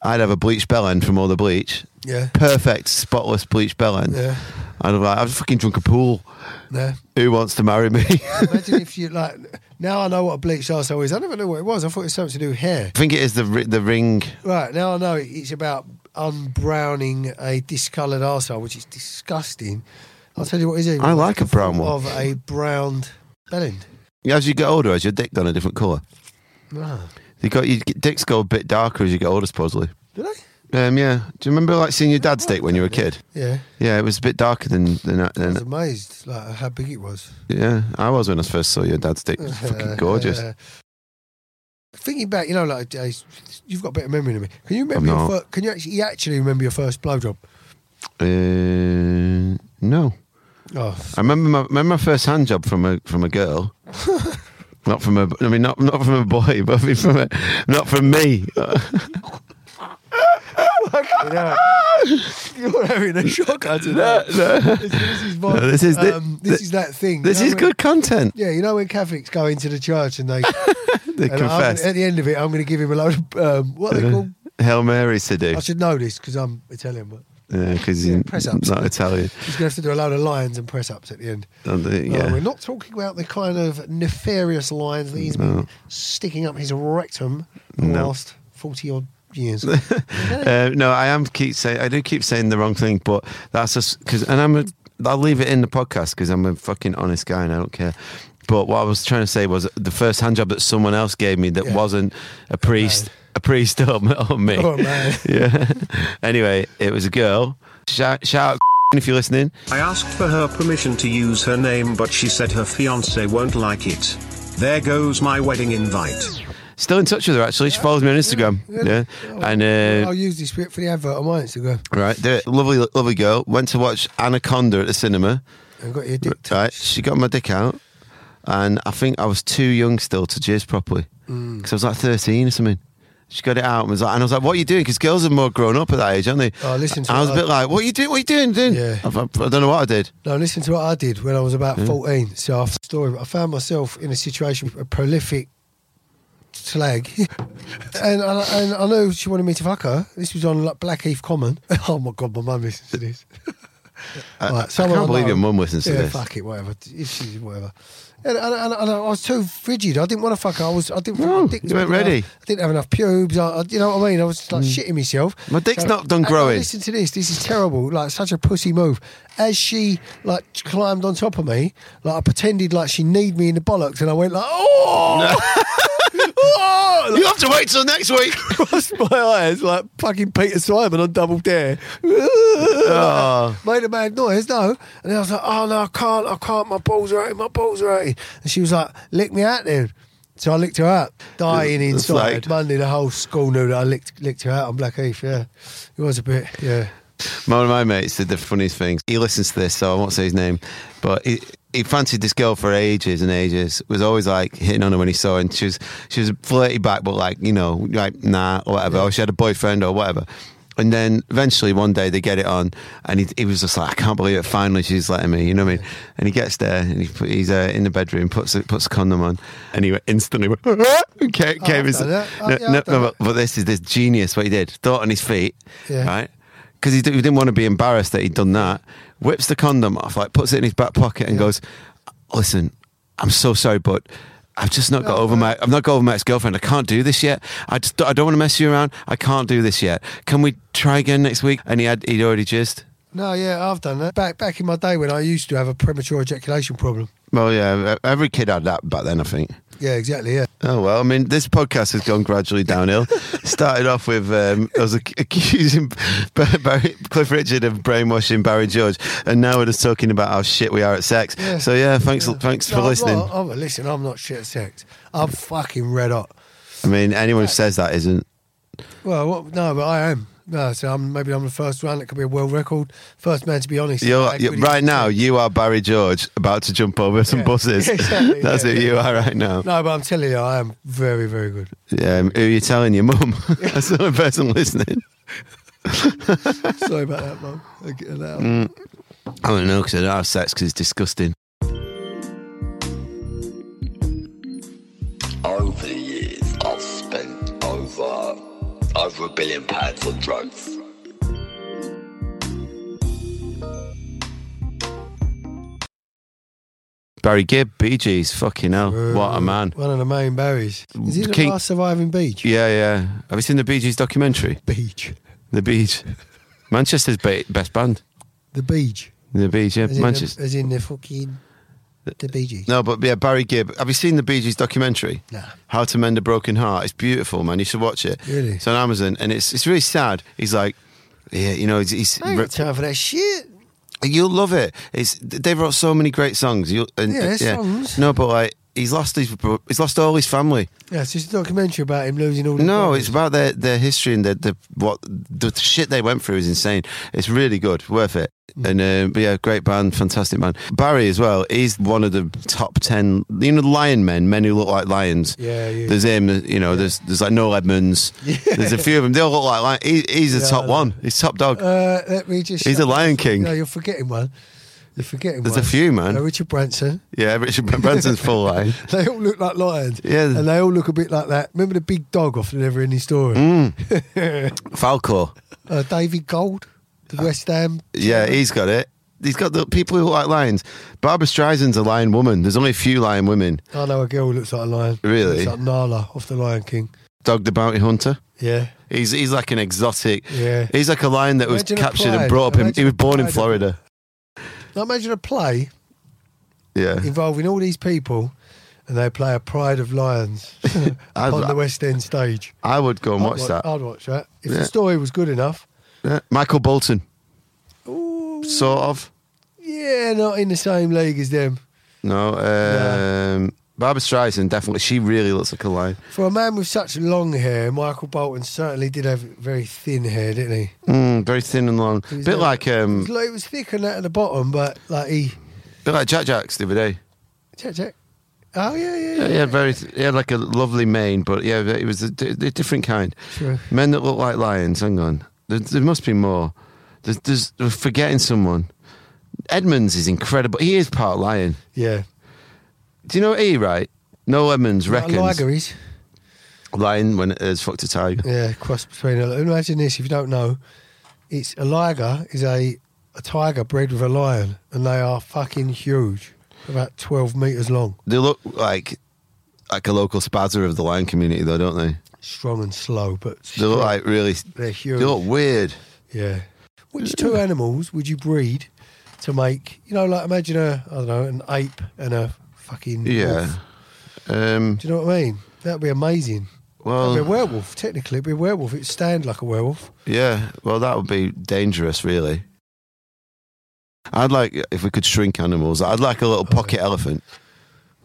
[SPEAKER 4] I'd have a bleached bell end from all the bleach.
[SPEAKER 5] Yeah.
[SPEAKER 4] Perfect, spotless bleached bell end.
[SPEAKER 5] Yeah.
[SPEAKER 4] I'd have like, I've fucking drunk a pool.
[SPEAKER 5] Yeah.
[SPEAKER 4] Who wants to marry me? I
[SPEAKER 5] Imagine if you like. Now I know what a bleached arsehole is. I never knew what it was. I thought it was something to do with hair.
[SPEAKER 4] think it is the ri- the ring.
[SPEAKER 5] Right now I know it's about unbrowning a discoloured arsehole, which is disgusting. I'll tell you what is it.
[SPEAKER 4] I like a brown one.
[SPEAKER 5] of a browned bellend.
[SPEAKER 4] As you get older, has your dick done a different colour?
[SPEAKER 5] Ah.
[SPEAKER 4] You got your dicks go a bit darker as you get older, supposedly.
[SPEAKER 5] Do
[SPEAKER 4] they? Um, yeah. Do you remember like seeing your dad's dick when you were a kid?
[SPEAKER 5] Yeah.
[SPEAKER 4] Yeah, it was a bit darker than than.
[SPEAKER 5] I was
[SPEAKER 4] than
[SPEAKER 5] amazed like how big it was.
[SPEAKER 4] yeah, I was when I first saw your dad's dick. It was fucking gorgeous.
[SPEAKER 5] Uh, Thinking back, you know, like Jay, you've got a better memory than me. Can you remember?
[SPEAKER 4] I'm
[SPEAKER 5] Your
[SPEAKER 4] not.
[SPEAKER 5] fir- can you actually, you actually remember your first blowjob?
[SPEAKER 4] Uh, no,
[SPEAKER 5] Oh,
[SPEAKER 4] I remember my remember my first hand job from a from a girl. Not from a, I mean, not not from a boy, but I mean from a, not from me. Uh,
[SPEAKER 5] Fucking hell. You're having a shock out of
[SPEAKER 4] No,
[SPEAKER 5] that.
[SPEAKER 4] no.
[SPEAKER 5] This this is what-
[SPEAKER 4] No, this is thi-
[SPEAKER 5] um, this
[SPEAKER 4] thi-
[SPEAKER 5] is that thing.
[SPEAKER 4] this
[SPEAKER 5] You know
[SPEAKER 4] is good content.
[SPEAKER 5] Yeah, you know when Catholics go into the church and they,
[SPEAKER 4] They
[SPEAKER 5] and I'm-
[SPEAKER 4] confess. Uh-huh.
[SPEAKER 5] at the end of it, I'm going to give him a load of um, what are they called.
[SPEAKER 4] Hail Marys to do
[SPEAKER 5] I should know this because I'm Italian, but
[SPEAKER 4] because you're
[SPEAKER 5] press ups.
[SPEAKER 4] not Italian.
[SPEAKER 5] he's going to have to do a load of lines and press ups at the end.
[SPEAKER 4] And the-
[SPEAKER 5] No,
[SPEAKER 4] yeah,
[SPEAKER 5] we're not talking about the kind of nefarious lines that he's
[SPEAKER 4] No.
[SPEAKER 5] been sticking up his rectum for the
[SPEAKER 4] No.
[SPEAKER 5] last forty odd years.
[SPEAKER 4] Uh, no, I am keep saying I do keep saying the wrong thing, but that's just because, and I'm a, I'll leave it in the podcast because I'm a fucking honest guy and I don't care. But what I was trying to say was the first hand job that someone else gave me that wasn't a priest, a priest or, or me.
[SPEAKER 5] Oh, man.
[SPEAKER 4] yeah. Anyway, it was a girl. Shout, shout out if you're listening.
[SPEAKER 14] I asked for her permission to use her name, but she said her fiance won't like it. There goes my wedding invite.
[SPEAKER 4] Still in touch with her actually. She follows me on Instagram. Yeah,
[SPEAKER 5] Yeah. Oh,
[SPEAKER 4] and uh,
[SPEAKER 5] I'll use this bit for the advert on my Instagram.
[SPEAKER 4] Right, the lovely, lovely girl went to watch Anaconda at the cinema.
[SPEAKER 5] And got your dick
[SPEAKER 4] Right, she got my dick out, and I think I was too young still to jizz properly because
[SPEAKER 5] Mm.
[SPEAKER 4] I was like thirteen or something. She got it out and was like, and I was like, "What are you doing?" Because girls are more grown up at that age, aren't they?
[SPEAKER 5] Oh, listen to
[SPEAKER 4] I was a
[SPEAKER 5] what I-
[SPEAKER 4] bit like, "What are you doing? What are you doing?" doing?
[SPEAKER 5] Yeah.
[SPEAKER 4] I, I don't know what I did.
[SPEAKER 5] No, listen to what I did when I was about
[SPEAKER 4] Yeah.
[SPEAKER 5] 14. So, after story, I found myself in a situation with a prolific slag. and, I, and I knew she wanted me to fuck her. This was on like Blackheath Common. Oh my God, my mum listens to this.
[SPEAKER 4] I,
[SPEAKER 5] Right,
[SPEAKER 4] I
[SPEAKER 5] someone
[SPEAKER 4] can't believe
[SPEAKER 5] know-
[SPEAKER 4] your mum listens to
[SPEAKER 5] yeah,
[SPEAKER 4] this.
[SPEAKER 5] Fuck it, whatever. It's- it's whatever. And, and, and, and I was too frigid. I didn't want to fuck. I was. I didn't. my dick was
[SPEAKER 4] you weren't
[SPEAKER 5] big enough.
[SPEAKER 4] ready. Mm.
[SPEAKER 5] I didn't have enough pubes. I, I- you know what I mean? I was just, like shitting myself.
[SPEAKER 4] My dick's not done
[SPEAKER 5] and I
[SPEAKER 4] growing.
[SPEAKER 5] Listen to this. This is terrible. Like such a pussy move. As she like climbed on top of me, like I pretended like she kneed me in the bollocks, and I went like, oh. Oh,
[SPEAKER 4] you have to wait till next week.
[SPEAKER 5] Crossed my eyes like fucking Peter Simon on Double Dare.
[SPEAKER 4] Ah.
[SPEAKER 5] Made a mad noise, no. And I was like, oh no, I can't, I can't, my balls are hurting, my balls are hurting. And she was like, lick me out then. So I licked her out, dying
[SPEAKER 4] It's
[SPEAKER 5] inside.
[SPEAKER 4] like-
[SPEAKER 5] Monday, the whole school knew that I licked, licked her out on Blackheath, yeah. It was a bit, yeah.
[SPEAKER 4] One of my mates did the funniest things. He listens to this, so I won't say his name, but he, he fancied this girl for ages and ages. Was always like hitting on her when he saw her, and she was she was flirty back, but like you know, like nah or whatever. Or she had a boyfriend or whatever. And then eventually one day they get it on, and he, he was just like, I can't believe it. Finally, she's letting me. You know what I mean? And he gets there, and he put, he's uh, in the bedroom, puts a, puts a condom on, and he went instantly went, and ca-
[SPEAKER 5] Oh,
[SPEAKER 4] came
[SPEAKER 5] I've
[SPEAKER 4] inside.
[SPEAKER 5] done that. Oh,
[SPEAKER 4] No,
[SPEAKER 5] yeah, I've
[SPEAKER 4] no,
[SPEAKER 5] done
[SPEAKER 4] no,
[SPEAKER 5] that.
[SPEAKER 4] but, but this is this genius what he did. Thought on his feet,
[SPEAKER 5] Yeah.
[SPEAKER 4] right? because he, d- he didn't want to be embarrassed that he'd done that. Whips the condom off, like puts it in his back pocket, and goes, "Listen, I'm so sorry, but." I've just not got over my. I've not got over my ex girlfriend. I can't do this yet. I just. I don't want to mess you around. I can't do this yet. Can we try again next week? And he had. He'd already jizzed.
[SPEAKER 5] No, yeah, I've done that. Back back in my day when I used to have a premature ejaculation problem.
[SPEAKER 4] Well, yeah. e-, Every kid had that back then. I think.
[SPEAKER 5] Yeah, exactly, yeah.
[SPEAKER 4] Oh well, I mean, this podcast has gone gradually downhill. Started off with um, us ac- accusing Barry, Barry, Cliff Richard of brainwashing Barry George, and now we're just talking about how shit we are at sex.
[SPEAKER 5] Yeah.
[SPEAKER 4] So yeah, thanks, thanks
[SPEAKER 5] No,
[SPEAKER 4] for
[SPEAKER 5] I'm
[SPEAKER 4] listening.
[SPEAKER 5] Not, I'm, listen, I'm not shit sex. I'm fucking red hot.
[SPEAKER 4] I mean, anyone who says that isn't.
[SPEAKER 5] Well, what, no, but I am. No, so I'm, maybe I'm the first one. It could be a world record. First man to be honest.
[SPEAKER 4] You're,
[SPEAKER 5] Like,
[SPEAKER 4] you're-
[SPEAKER 5] really-
[SPEAKER 4] right now, you are Barry George about to jump over some buses.
[SPEAKER 5] Exactly,
[SPEAKER 4] That's
[SPEAKER 5] yeah,
[SPEAKER 4] who you are right now.
[SPEAKER 5] No, but I'm telling you, I am very, very good.
[SPEAKER 4] Um, who are you telling your mum? That's the only person listening.
[SPEAKER 5] Sorry about that, Mum. I get it out.
[SPEAKER 4] Mm. I don't know because I don't have sex because it's disgusting.
[SPEAKER 15] Over the years, I've spent over over a billion pounds on drugs.
[SPEAKER 4] Barry Gibb, Bee Gees, fucking hell, what a man.
[SPEAKER 5] One of the main berries. Is he the
[SPEAKER 4] King-
[SPEAKER 5] last surviving beach?
[SPEAKER 4] Yeah, yeah. Have you seen the Bee Gees documentary?
[SPEAKER 5] Beach.
[SPEAKER 4] The Beach. Manchester's ba- best band.
[SPEAKER 5] The beach.
[SPEAKER 4] The Beach, yeah.
[SPEAKER 5] As in, the,
[SPEAKER 4] Manchester.
[SPEAKER 5] as in the fucking the Bee Gees.
[SPEAKER 4] No, but yeah, Barry Gibb. Have you seen the Bee Gees documentary?
[SPEAKER 5] No.
[SPEAKER 4] How to Mend a Broken Heart. It's beautiful, man. You should watch it.
[SPEAKER 5] Really?
[SPEAKER 4] It's on Amazon, and it's it's really sad. He's like, yeah, you know, he's, he's
[SPEAKER 5] I ain't got time for that shit.
[SPEAKER 4] You'll love it. It's they wrote so many great songs. You'll, and, uh,
[SPEAKER 5] Yeah, there's songs.
[SPEAKER 4] No, but like he's lost his bro- he's lost all his family.
[SPEAKER 5] Yeah, it's just a documentary about him losing all. the
[SPEAKER 4] No,
[SPEAKER 5] brothers.
[SPEAKER 4] it's about their, their history and the, the what the shit they went through is insane. It's really good, worth it.
[SPEAKER 5] Hmm.
[SPEAKER 4] And uh, but yeah, great band, fantastic man. Barry as well. He's one of the top ten. You know, lion men, men who look like lions.
[SPEAKER 5] Yeah, yeah.
[SPEAKER 4] There's him. You know, there's there's like Noel Edmonds. There's a few of them. They all look like lion. He, he's the
[SPEAKER 5] Yeah, I
[SPEAKER 4] top
[SPEAKER 5] know.
[SPEAKER 4] one. He's top dog.
[SPEAKER 5] Uh, let me just.
[SPEAKER 4] He's
[SPEAKER 5] shut
[SPEAKER 4] a
[SPEAKER 5] up.
[SPEAKER 4] Lion King.
[SPEAKER 5] No, you're forgetting one. You're forgetting
[SPEAKER 4] There's
[SPEAKER 5] one.
[SPEAKER 4] a few, man.
[SPEAKER 5] Uh, Richard Branson.
[SPEAKER 4] yeah, Richard Branson's full lion.
[SPEAKER 5] They all look like lions.
[SPEAKER 4] Yeah.
[SPEAKER 5] And they all look a bit like that. Remember the big dog off the Never Ending Story?
[SPEAKER 4] Mm. Falco.
[SPEAKER 5] Uh, David Gold, the West Ham.
[SPEAKER 4] Uh, Yeah, he's got it. He's got the people who look like lions. Barbara Streisand's a lion woman. There's only a few lion women.
[SPEAKER 5] I know a girl who looks like a lion.
[SPEAKER 4] Really?
[SPEAKER 5] Looks like Nala off the Lion King.
[SPEAKER 4] Dog the Bounty Hunter.
[SPEAKER 5] Yeah.
[SPEAKER 4] He's he's like an exotic.
[SPEAKER 5] Yeah.
[SPEAKER 4] He's like a lion that was
[SPEAKER 5] Imagine a
[SPEAKER 4] captured and
[SPEAKER 5] pride.
[SPEAKER 4] brought up. In,
[SPEAKER 5] Imagine
[SPEAKER 4] he was
[SPEAKER 5] a
[SPEAKER 4] born in
[SPEAKER 5] pride.
[SPEAKER 4] Florida.
[SPEAKER 5] Now imagine a play
[SPEAKER 4] Yeah.
[SPEAKER 5] involving all these people and they play a Pride of Lions
[SPEAKER 4] I'd-
[SPEAKER 5] on the West End stage.
[SPEAKER 4] I would go and
[SPEAKER 5] I'd
[SPEAKER 4] watch
[SPEAKER 5] wa-
[SPEAKER 4] that.
[SPEAKER 5] I'd watch that. If
[SPEAKER 4] Yeah.
[SPEAKER 5] the story was good enough.
[SPEAKER 4] Yeah. Michael Bolton. Sort of.
[SPEAKER 5] Yeah, not in the same league as them.
[SPEAKER 4] No. Um, Barbara Streisand definitely. She really looks like a lion.
[SPEAKER 5] For a man with such long hair, Michael Bolton certainly did have very thin hair, didn't he?
[SPEAKER 4] Mm, very thin and long.
[SPEAKER 5] He was
[SPEAKER 4] bit
[SPEAKER 5] a-
[SPEAKER 4] like
[SPEAKER 5] It
[SPEAKER 4] um,
[SPEAKER 5] was, like, it was thick and that at the bottom, but like he
[SPEAKER 4] bit like Jack Jacks the other day.
[SPEAKER 5] check check. Oh yeah, yeah, yeah.
[SPEAKER 4] Yeah, he had very. He had like a lovely mane, but yeah, it was a, di- a different kind.
[SPEAKER 5] Sure.
[SPEAKER 4] Men that look like lions. Hang on, there, there must be more. There's, there's we're forgetting someone. Edmonds is incredible. He is part lion.
[SPEAKER 5] Yeah.
[SPEAKER 4] Do you know he right? Noel Edmonds
[SPEAKER 5] Like
[SPEAKER 4] reckons
[SPEAKER 5] Liger is.
[SPEAKER 4] lion when it is fucked a tiger.
[SPEAKER 5] Yeah, cross between. A, imagine this if you don't know, it's a liger is a a tiger bred with a lion, and they are fucking huge, about twelve meters long,
[SPEAKER 4] They look like like a local spazzer of the lion community, though, don't they?
[SPEAKER 5] strong and slow. But
[SPEAKER 4] They look like really.
[SPEAKER 5] They're huge.
[SPEAKER 4] They look weird.
[SPEAKER 5] Yeah. Which two animals would you breed to make? You know, like imagine a I don't know an ape and a fucking
[SPEAKER 4] Yeah.
[SPEAKER 5] wolf.
[SPEAKER 4] Um,
[SPEAKER 5] Do you know what I mean? That'd be amazing.
[SPEAKER 4] Well-
[SPEAKER 5] That'd be a werewolf. Technically, it'd be a werewolf. It'd stand like a werewolf.
[SPEAKER 4] yeah. Well, that would be dangerous, really. I'd like if we could shrink animals. I'd like a little pocket elephant.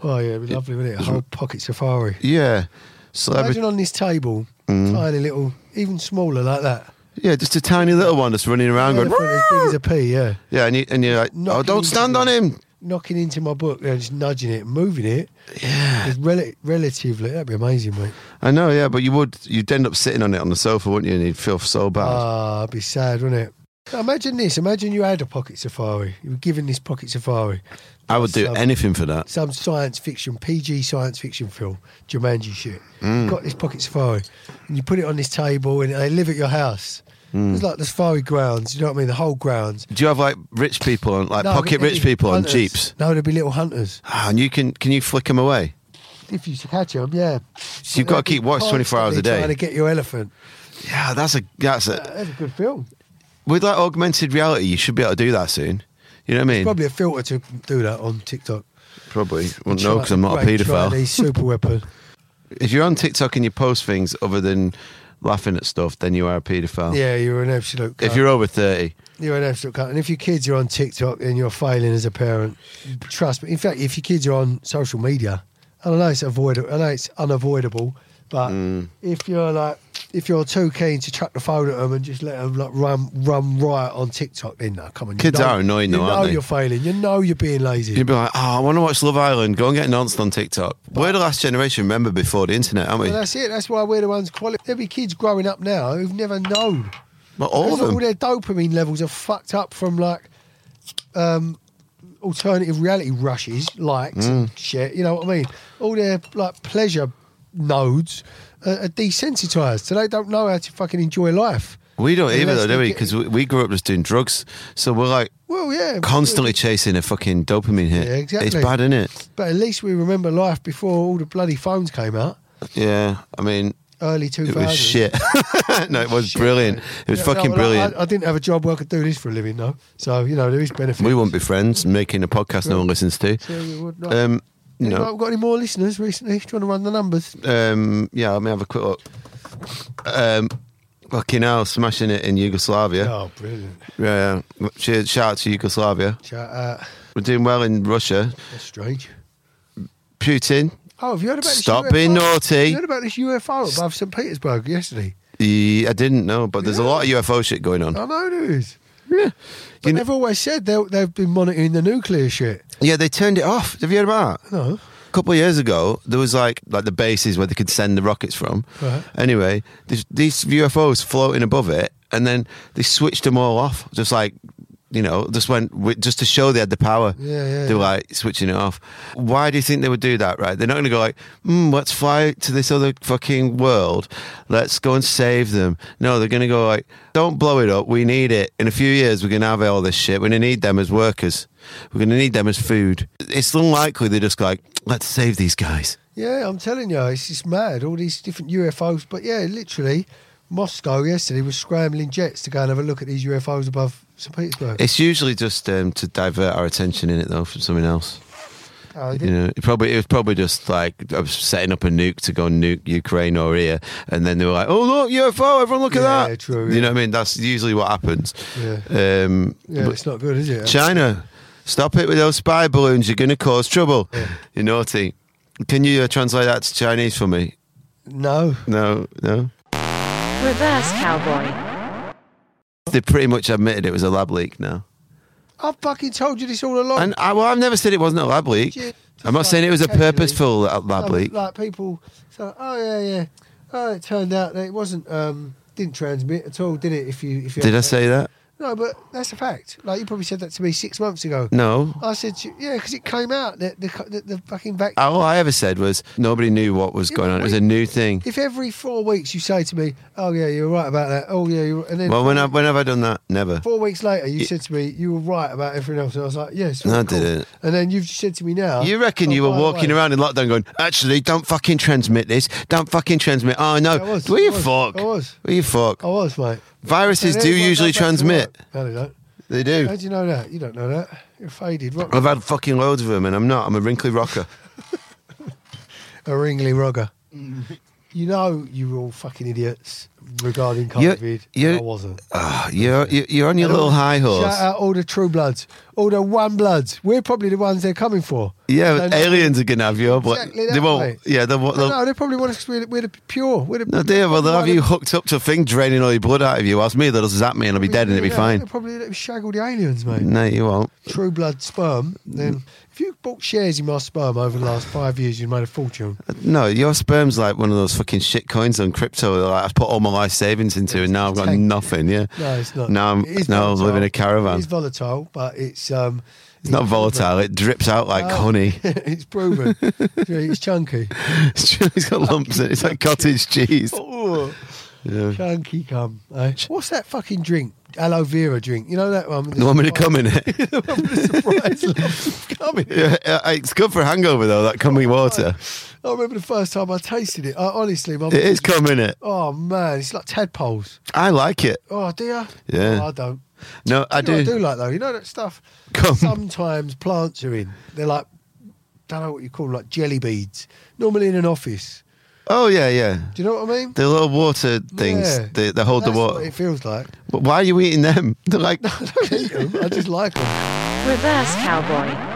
[SPEAKER 5] Oh yeah, it'd be lovely, wouldn't it? A whole pocket safari.
[SPEAKER 4] Yeah. Celebrity.
[SPEAKER 5] Imagine on this table,
[SPEAKER 4] Mm.
[SPEAKER 5] tiny little, even smaller like that.
[SPEAKER 4] Yeah, just a tiny little one that's running around going.
[SPEAKER 5] Elephant as big as a pea, yeah.
[SPEAKER 4] Yeah, and you and you're like, oh,
[SPEAKER 5] Knocking
[SPEAKER 4] don't
[SPEAKER 5] into
[SPEAKER 4] stand on him.
[SPEAKER 5] Knocking into my book, and just nudging it, moving it. Yeah. Rel- relatively, that'd be amazing, mate.
[SPEAKER 4] I know, yeah, but you would you'd end up sitting on it on the sofa, wouldn't you? And you'd feel so bad.
[SPEAKER 5] Ah, it'd be sad, wouldn't it? Now, imagine this. Imagine you had a pocket safari. You were given this pocket safari.
[SPEAKER 4] I would do
[SPEAKER 5] some-
[SPEAKER 4] anything for that.
[SPEAKER 5] Some science fiction, PG science fiction film, Jumanji shit.
[SPEAKER 4] Mm.
[SPEAKER 5] You got this pocket safari, and you put it on this table, and they live at your house.
[SPEAKER 4] Mm.
[SPEAKER 5] It's like the safari grounds. You know what I mean? The whole grounds.
[SPEAKER 4] Do you have like rich people on like
[SPEAKER 5] No,
[SPEAKER 4] pocket
[SPEAKER 5] it'd be
[SPEAKER 4] rich people
[SPEAKER 5] hunters.
[SPEAKER 4] on jeeps?
[SPEAKER 5] No, there'd be little hunters.
[SPEAKER 4] Ah, and you can can you flick them away?
[SPEAKER 5] If you catch them, yeah.
[SPEAKER 4] So you've got to keep watch twenty four hours a
[SPEAKER 5] Constantly Trying to
[SPEAKER 4] day. Uh,
[SPEAKER 5] get your elephant.
[SPEAKER 4] Yeah, that's a that's a
[SPEAKER 5] That's a good film.
[SPEAKER 4] with like augmented reality, you should be able to do that soon. You know what I mean?
[SPEAKER 5] Probably a filter to do that on TikTok.
[SPEAKER 4] Probably. Well, no, because I'm not a
[SPEAKER 5] Great Chinese
[SPEAKER 4] paedophile.
[SPEAKER 5] super weapon.
[SPEAKER 4] If you're on TikTok and you post things other than laughing at stuff, then you are a paedophile.
[SPEAKER 5] Yeah, you're an absolute.
[SPEAKER 4] Oh. If
[SPEAKER 5] cunt.
[SPEAKER 4] you're over thirty,
[SPEAKER 5] You're an absolute cunt. And if your kids are on TikTok, then you're failing as a parent. Trust me. In fact, if your kids are on social media, and I know it's avoidable, I know it's unavoidable, but
[SPEAKER 4] Mm.
[SPEAKER 5] if you're like, if you're too keen to chuck the phone at them and just let them like run run riot on TikTok, then no, come on. you
[SPEAKER 4] Kids
[SPEAKER 5] know-
[SPEAKER 4] are annoying though,
[SPEAKER 5] You know
[SPEAKER 4] aren't they?
[SPEAKER 5] you're failing. You know you're being lazy.
[SPEAKER 4] you'd be like, "Oh, I want to watch Love Island. Go and get announced on TikTok." We're the last generation. Remember before the internet, aren't we?
[SPEAKER 5] Well, that's it. That's why we're the ones quality. There'll be kids growing up now who've never known.
[SPEAKER 4] Not all of
[SPEAKER 5] Because
[SPEAKER 4] them.
[SPEAKER 5] their dopamine levels are fucked up from like um, alternative reality rushes, likes
[SPEAKER 4] Mm.
[SPEAKER 5] and shit. You know what I mean? All their like pleasure nodes are, are desensitized, so they don't know how to fucking enjoy life.
[SPEAKER 4] We don't either,
[SPEAKER 5] Unless
[SPEAKER 4] though, do
[SPEAKER 5] they
[SPEAKER 4] we?
[SPEAKER 5] get-
[SPEAKER 4] Because we, we grew up just doing drugs, so we're like
[SPEAKER 5] Well, yeah,
[SPEAKER 4] constantly chasing a fucking dopamine hit.
[SPEAKER 5] Yeah, exactly.
[SPEAKER 4] It's bad, isn't it?
[SPEAKER 5] But at least we remember life before all the bloody phones came out.
[SPEAKER 4] Yeah, I mean,
[SPEAKER 5] Early
[SPEAKER 4] it
[SPEAKER 5] 2000s.
[SPEAKER 4] was shit. no, it was brilliant. It was
[SPEAKER 5] Yeah, no,
[SPEAKER 4] fucking
[SPEAKER 5] well, I-
[SPEAKER 4] brilliant.
[SPEAKER 5] I, I didn't have a job where I could do this for a living, though. So, you know, there is benefit.
[SPEAKER 4] we wouldn't be friends making a podcast no one listens to.
[SPEAKER 5] So we would not.
[SPEAKER 4] Um, you
[SPEAKER 5] Anybody
[SPEAKER 4] know,
[SPEAKER 5] got any more listeners recently? Do you want to run the numbers?
[SPEAKER 4] um, yeah, let me have a quick look. Um, fucking hell, smashing it in Yugoslavia.
[SPEAKER 5] Oh, brilliant.
[SPEAKER 4] Yeah, yeah. Cheers- Shout out to Yugoslavia.
[SPEAKER 5] Shout out.
[SPEAKER 4] We're doing well in Russia.
[SPEAKER 5] That's strange.
[SPEAKER 4] Putin,
[SPEAKER 5] Oh, have you heard about this
[SPEAKER 4] Stop
[SPEAKER 5] UFO?
[SPEAKER 4] being naughty.
[SPEAKER 5] Have you heard about this UFO above St. Petersburg yesterday?
[SPEAKER 4] Yeah, I didn't know, but there's a lot of UFO shit going on.
[SPEAKER 5] I know there is. Yeah. But they've always said they- they've been monitoring the nuclear shit.
[SPEAKER 4] Yeah, they turned it off. Have you heard about that?
[SPEAKER 5] No.
[SPEAKER 4] A couple of years ago, there was like like the bases where they could send the rockets from.
[SPEAKER 5] Right.
[SPEAKER 4] Anyway, these, these UFOs floating above it, and then they switched them all off. Just like you know, just went with, just to show they had the power.
[SPEAKER 5] Yeah, yeah,
[SPEAKER 4] They were
[SPEAKER 5] yeah.
[SPEAKER 4] like switching it off. Why do you think they would do that? Right? They're not going to go like, mm, let's fly to this other fucking world. Let's go and save them. No, they're going to go like, don't blow it up. We need it. In a few years, we're going to have all this shit. We're going to need them as workers. We're going to need them as food. It's unlikely they're just like, let's save these guys.
[SPEAKER 5] Yeah, I'm telling you, it's just mad. All these different UFOs. But yeah, literally, Moscow yesterday was scrambling jets to go and have a look at these UFOs above St. Petersburg.
[SPEAKER 4] It's usually just um, to divert our attention in it though from something else.
[SPEAKER 5] Oh, they
[SPEAKER 4] You know, it probably it was probably just like I was setting up a nuke to go and nuke Ukraine or here, and then they were like, "Oh look, UFO! Everyone look
[SPEAKER 5] Yeah,
[SPEAKER 4] at that!"
[SPEAKER 5] true,
[SPEAKER 4] You know what I mean? That's usually what happens.
[SPEAKER 5] Yeah.
[SPEAKER 4] Um,
[SPEAKER 5] Yeah,
[SPEAKER 4] but
[SPEAKER 5] it's not good, is it?
[SPEAKER 4] China, stop it with those spy balloons. You're going to cause trouble. You naughty. Can you uh, translate that to Chinese for me?
[SPEAKER 5] No.
[SPEAKER 4] No, no.
[SPEAKER 16] Reverse cowboy.
[SPEAKER 4] They pretty much admitted it was a lab leak now.
[SPEAKER 5] I fucking told you this all along.
[SPEAKER 4] And I, well, I've never said it wasn't a lab leak.
[SPEAKER 5] Yeah,
[SPEAKER 4] I'm not saying it was a
[SPEAKER 5] casually.
[SPEAKER 4] purposeful uh, lab
[SPEAKER 5] Some-
[SPEAKER 4] leak.
[SPEAKER 5] Like people say, oh yeah, yeah. Oh, it turned out that it wasn't. Um, didn't transmit at all, did it? If you, if you
[SPEAKER 4] Did I say that?
[SPEAKER 5] No, but that's a fact. Like you probably said that to me six months ago.
[SPEAKER 4] No.
[SPEAKER 5] I said, to you- yeah, because it came out that the, the, the fucking vaccine.
[SPEAKER 4] All I ever said was nobody knew what was going on. It was a new thing.
[SPEAKER 5] If every four weeks you say to me, "Oh yeah, you're right about that," oh yeah, you're, and then
[SPEAKER 4] Well, when, I, when have I done that? Never.
[SPEAKER 5] four weeks later you said to me, "You were right about everything else," and I was like, "Yes."
[SPEAKER 4] No, I
[SPEAKER 5] cool."
[SPEAKER 4] didn't.
[SPEAKER 5] And then you've just said to me now,
[SPEAKER 4] You reckon
[SPEAKER 5] "Oh,
[SPEAKER 4] you were
[SPEAKER 5] by the
[SPEAKER 4] walking
[SPEAKER 5] way,
[SPEAKER 4] around in lockdown going, actually, don't fucking transmit this. Don't fucking transmit. Oh, no.
[SPEAKER 5] I was,
[SPEAKER 4] Will
[SPEAKER 5] I
[SPEAKER 4] you
[SPEAKER 5] was,
[SPEAKER 4] fuck?
[SPEAKER 5] I was.
[SPEAKER 4] Will you fuck?
[SPEAKER 5] I was, mate.
[SPEAKER 4] Viruses
[SPEAKER 5] And
[SPEAKER 4] do
[SPEAKER 5] then I
[SPEAKER 4] usually
[SPEAKER 5] go back to
[SPEAKER 4] transmit.
[SPEAKER 5] work. No, they don't.
[SPEAKER 4] They do.
[SPEAKER 5] How do you know that? You don't know that. You're faded. Rock,
[SPEAKER 4] I've had fucking loads of them and I'm not. I'm a wrinkly rocker.
[SPEAKER 5] a ringly rogger. You know you were all fucking idiots regarding
[SPEAKER 4] You're-
[SPEAKER 5] COVID.
[SPEAKER 4] you're-
[SPEAKER 5] I wasn't.
[SPEAKER 4] Ah, you're, you're, you're on your
[SPEAKER 5] And
[SPEAKER 4] little
[SPEAKER 5] all-
[SPEAKER 4] high horse.
[SPEAKER 5] Shout out all the true bloods, all the one bloods. We're probably the ones they're coming for.
[SPEAKER 4] Yeah,
[SPEAKER 5] They're not-
[SPEAKER 4] aliens are going to have you. But
[SPEAKER 5] Exactly
[SPEAKER 4] they
[SPEAKER 5] that,
[SPEAKER 4] won't.
[SPEAKER 5] mate.
[SPEAKER 4] Yeah, they won't.
[SPEAKER 5] No,
[SPEAKER 4] They'll,
[SPEAKER 5] no, they probably want us because we're, we're the pure. We're the,
[SPEAKER 4] no, dear. Well, they'll have you hooked up to a thing draining all your blood out of you. Whilst me, they'll zap me and I'll be dead and it'll be
[SPEAKER 5] Yeah,
[SPEAKER 4] fine.
[SPEAKER 5] They'll probably let me shag all the aliens, mate.
[SPEAKER 4] No, you won't.
[SPEAKER 5] True blood sperm. Then, if you bought shares in my sperm over the last five years, you made a fortune.
[SPEAKER 4] No, your sperm's like one of those fucking shit coins on crypto. Like I've put all my life savings into, and now I've got
[SPEAKER 5] tank.
[SPEAKER 4] nothing. Yeah.
[SPEAKER 5] No, it's not.
[SPEAKER 4] Now I'm
[SPEAKER 5] It is
[SPEAKER 4] now I'm
[SPEAKER 5] volatile.
[SPEAKER 4] living in a caravan.
[SPEAKER 5] It is volatile, but it's um,
[SPEAKER 4] It's not volatile. It drips out like
[SPEAKER 5] Oh.
[SPEAKER 4] honey.
[SPEAKER 5] it's proven. it's chunky.
[SPEAKER 4] it's got lumps in it. It's like
[SPEAKER 5] Oh,
[SPEAKER 4] cottage cheese.
[SPEAKER 5] Ooh.
[SPEAKER 4] Yeah.
[SPEAKER 5] Chunky cum. eh? What's that fucking drink? Aloe vera drink. You know that one?
[SPEAKER 4] The one with the cum in it.
[SPEAKER 5] the one with the surprise lumps of cum in it.
[SPEAKER 4] Yeah, uh, it's good for a hangover though.
[SPEAKER 5] Oh,
[SPEAKER 4] That cummy water.
[SPEAKER 5] I remember the first time I tasted it. I, honestly, my
[SPEAKER 4] It is cum in it.
[SPEAKER 5] Oh man, it's like tadpoles.
[SPEAKER 4] I like it.
[SPEAKER 5] Oh dear.
[SPEAKER 4] Yeah.
[SPEAKER 5] I don't.
[SPEAKER 4] No, I
[SPEAKER 5] You know what
[SPEAKER 4] do.
[SPEAKER 5] I do like though. You know that stuff.
[SPEAKER 4] Cum.
[SPEAKER 5] Sometimes plants are in. They're like, don't know what you call them, like jelly beads. Normally in an office.
[SPEAKER 4] Oh yeah, yeah.
[SPEAKER 5] Do you know what I mean?
[SPEAKER 4] The little water things.
[SPEAKER 5] Yeah.
[SPEAKER 4] They, they hold
[SPEAKER 5] That's
[SPEAKER 4] the
[SPEAKER 5] what
[SPEAKER 4] water.
[SPEAKER 5] it feels like.
[SPEAKER 4] But Why are you eating them? They're like.
[SPEAKER 5] I just like them.
[SPEAKER 16] Reverse cowboy.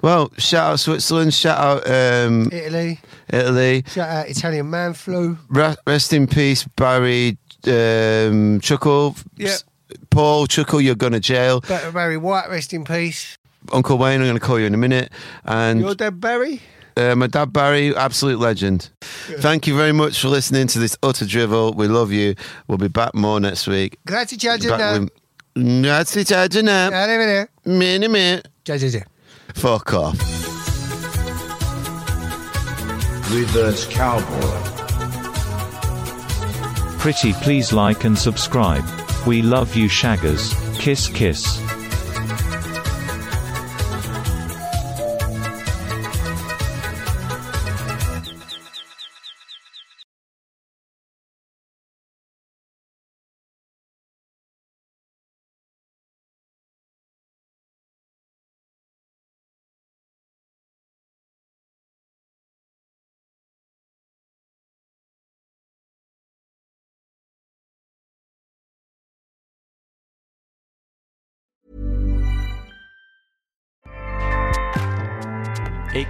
[SPEAKER 4] Well, shout out Switzerland. Shout out um,
[SPEAKER 5] Italy.
[SPEAKER 4] Italy.
[SPEAKER 5] Shout out Italian man flu.
[SPEAKER 4] Ra- rest in peace, Barry um, Chuckle.
[SPEAKER 5] Yeah.
[SPEAKER 4] S- Paul Chuckle, you're going to jail.
[SPEAKER 5] Better Barry White, rest in peace.
[SPEAKER 4] Uncle Wayne, I'm going to call you in a minute.
[SPEAKER 5] Your
[SPEAKER 4] And
[SPEAKER 5] dead Barry.
[SPEAKER 4] uh, my dad, Barry, absolute legend. Thank you very much for listening to this utter drivel. We love you. We'll be back more next week.
[SPEAKER 5] Grazie, ciao,
[SPEAKER 4] Back
[SPEAKER 5] ciao.
[SPEAKER 4] with- Grazie, ciao, ciao.
[SPEAKER 5] Arrivederci.
[SPEAKER 4] Minute, minute.
[SPEAKER 5] Ciao, ciao, ciao.
[SPEAKER 4] Fuck off.
[SPEAKER 8] Reverse cowboy.
[SPEAKER 17] Pretty please like and subscribe. We love you shaggers. Kiss kiss.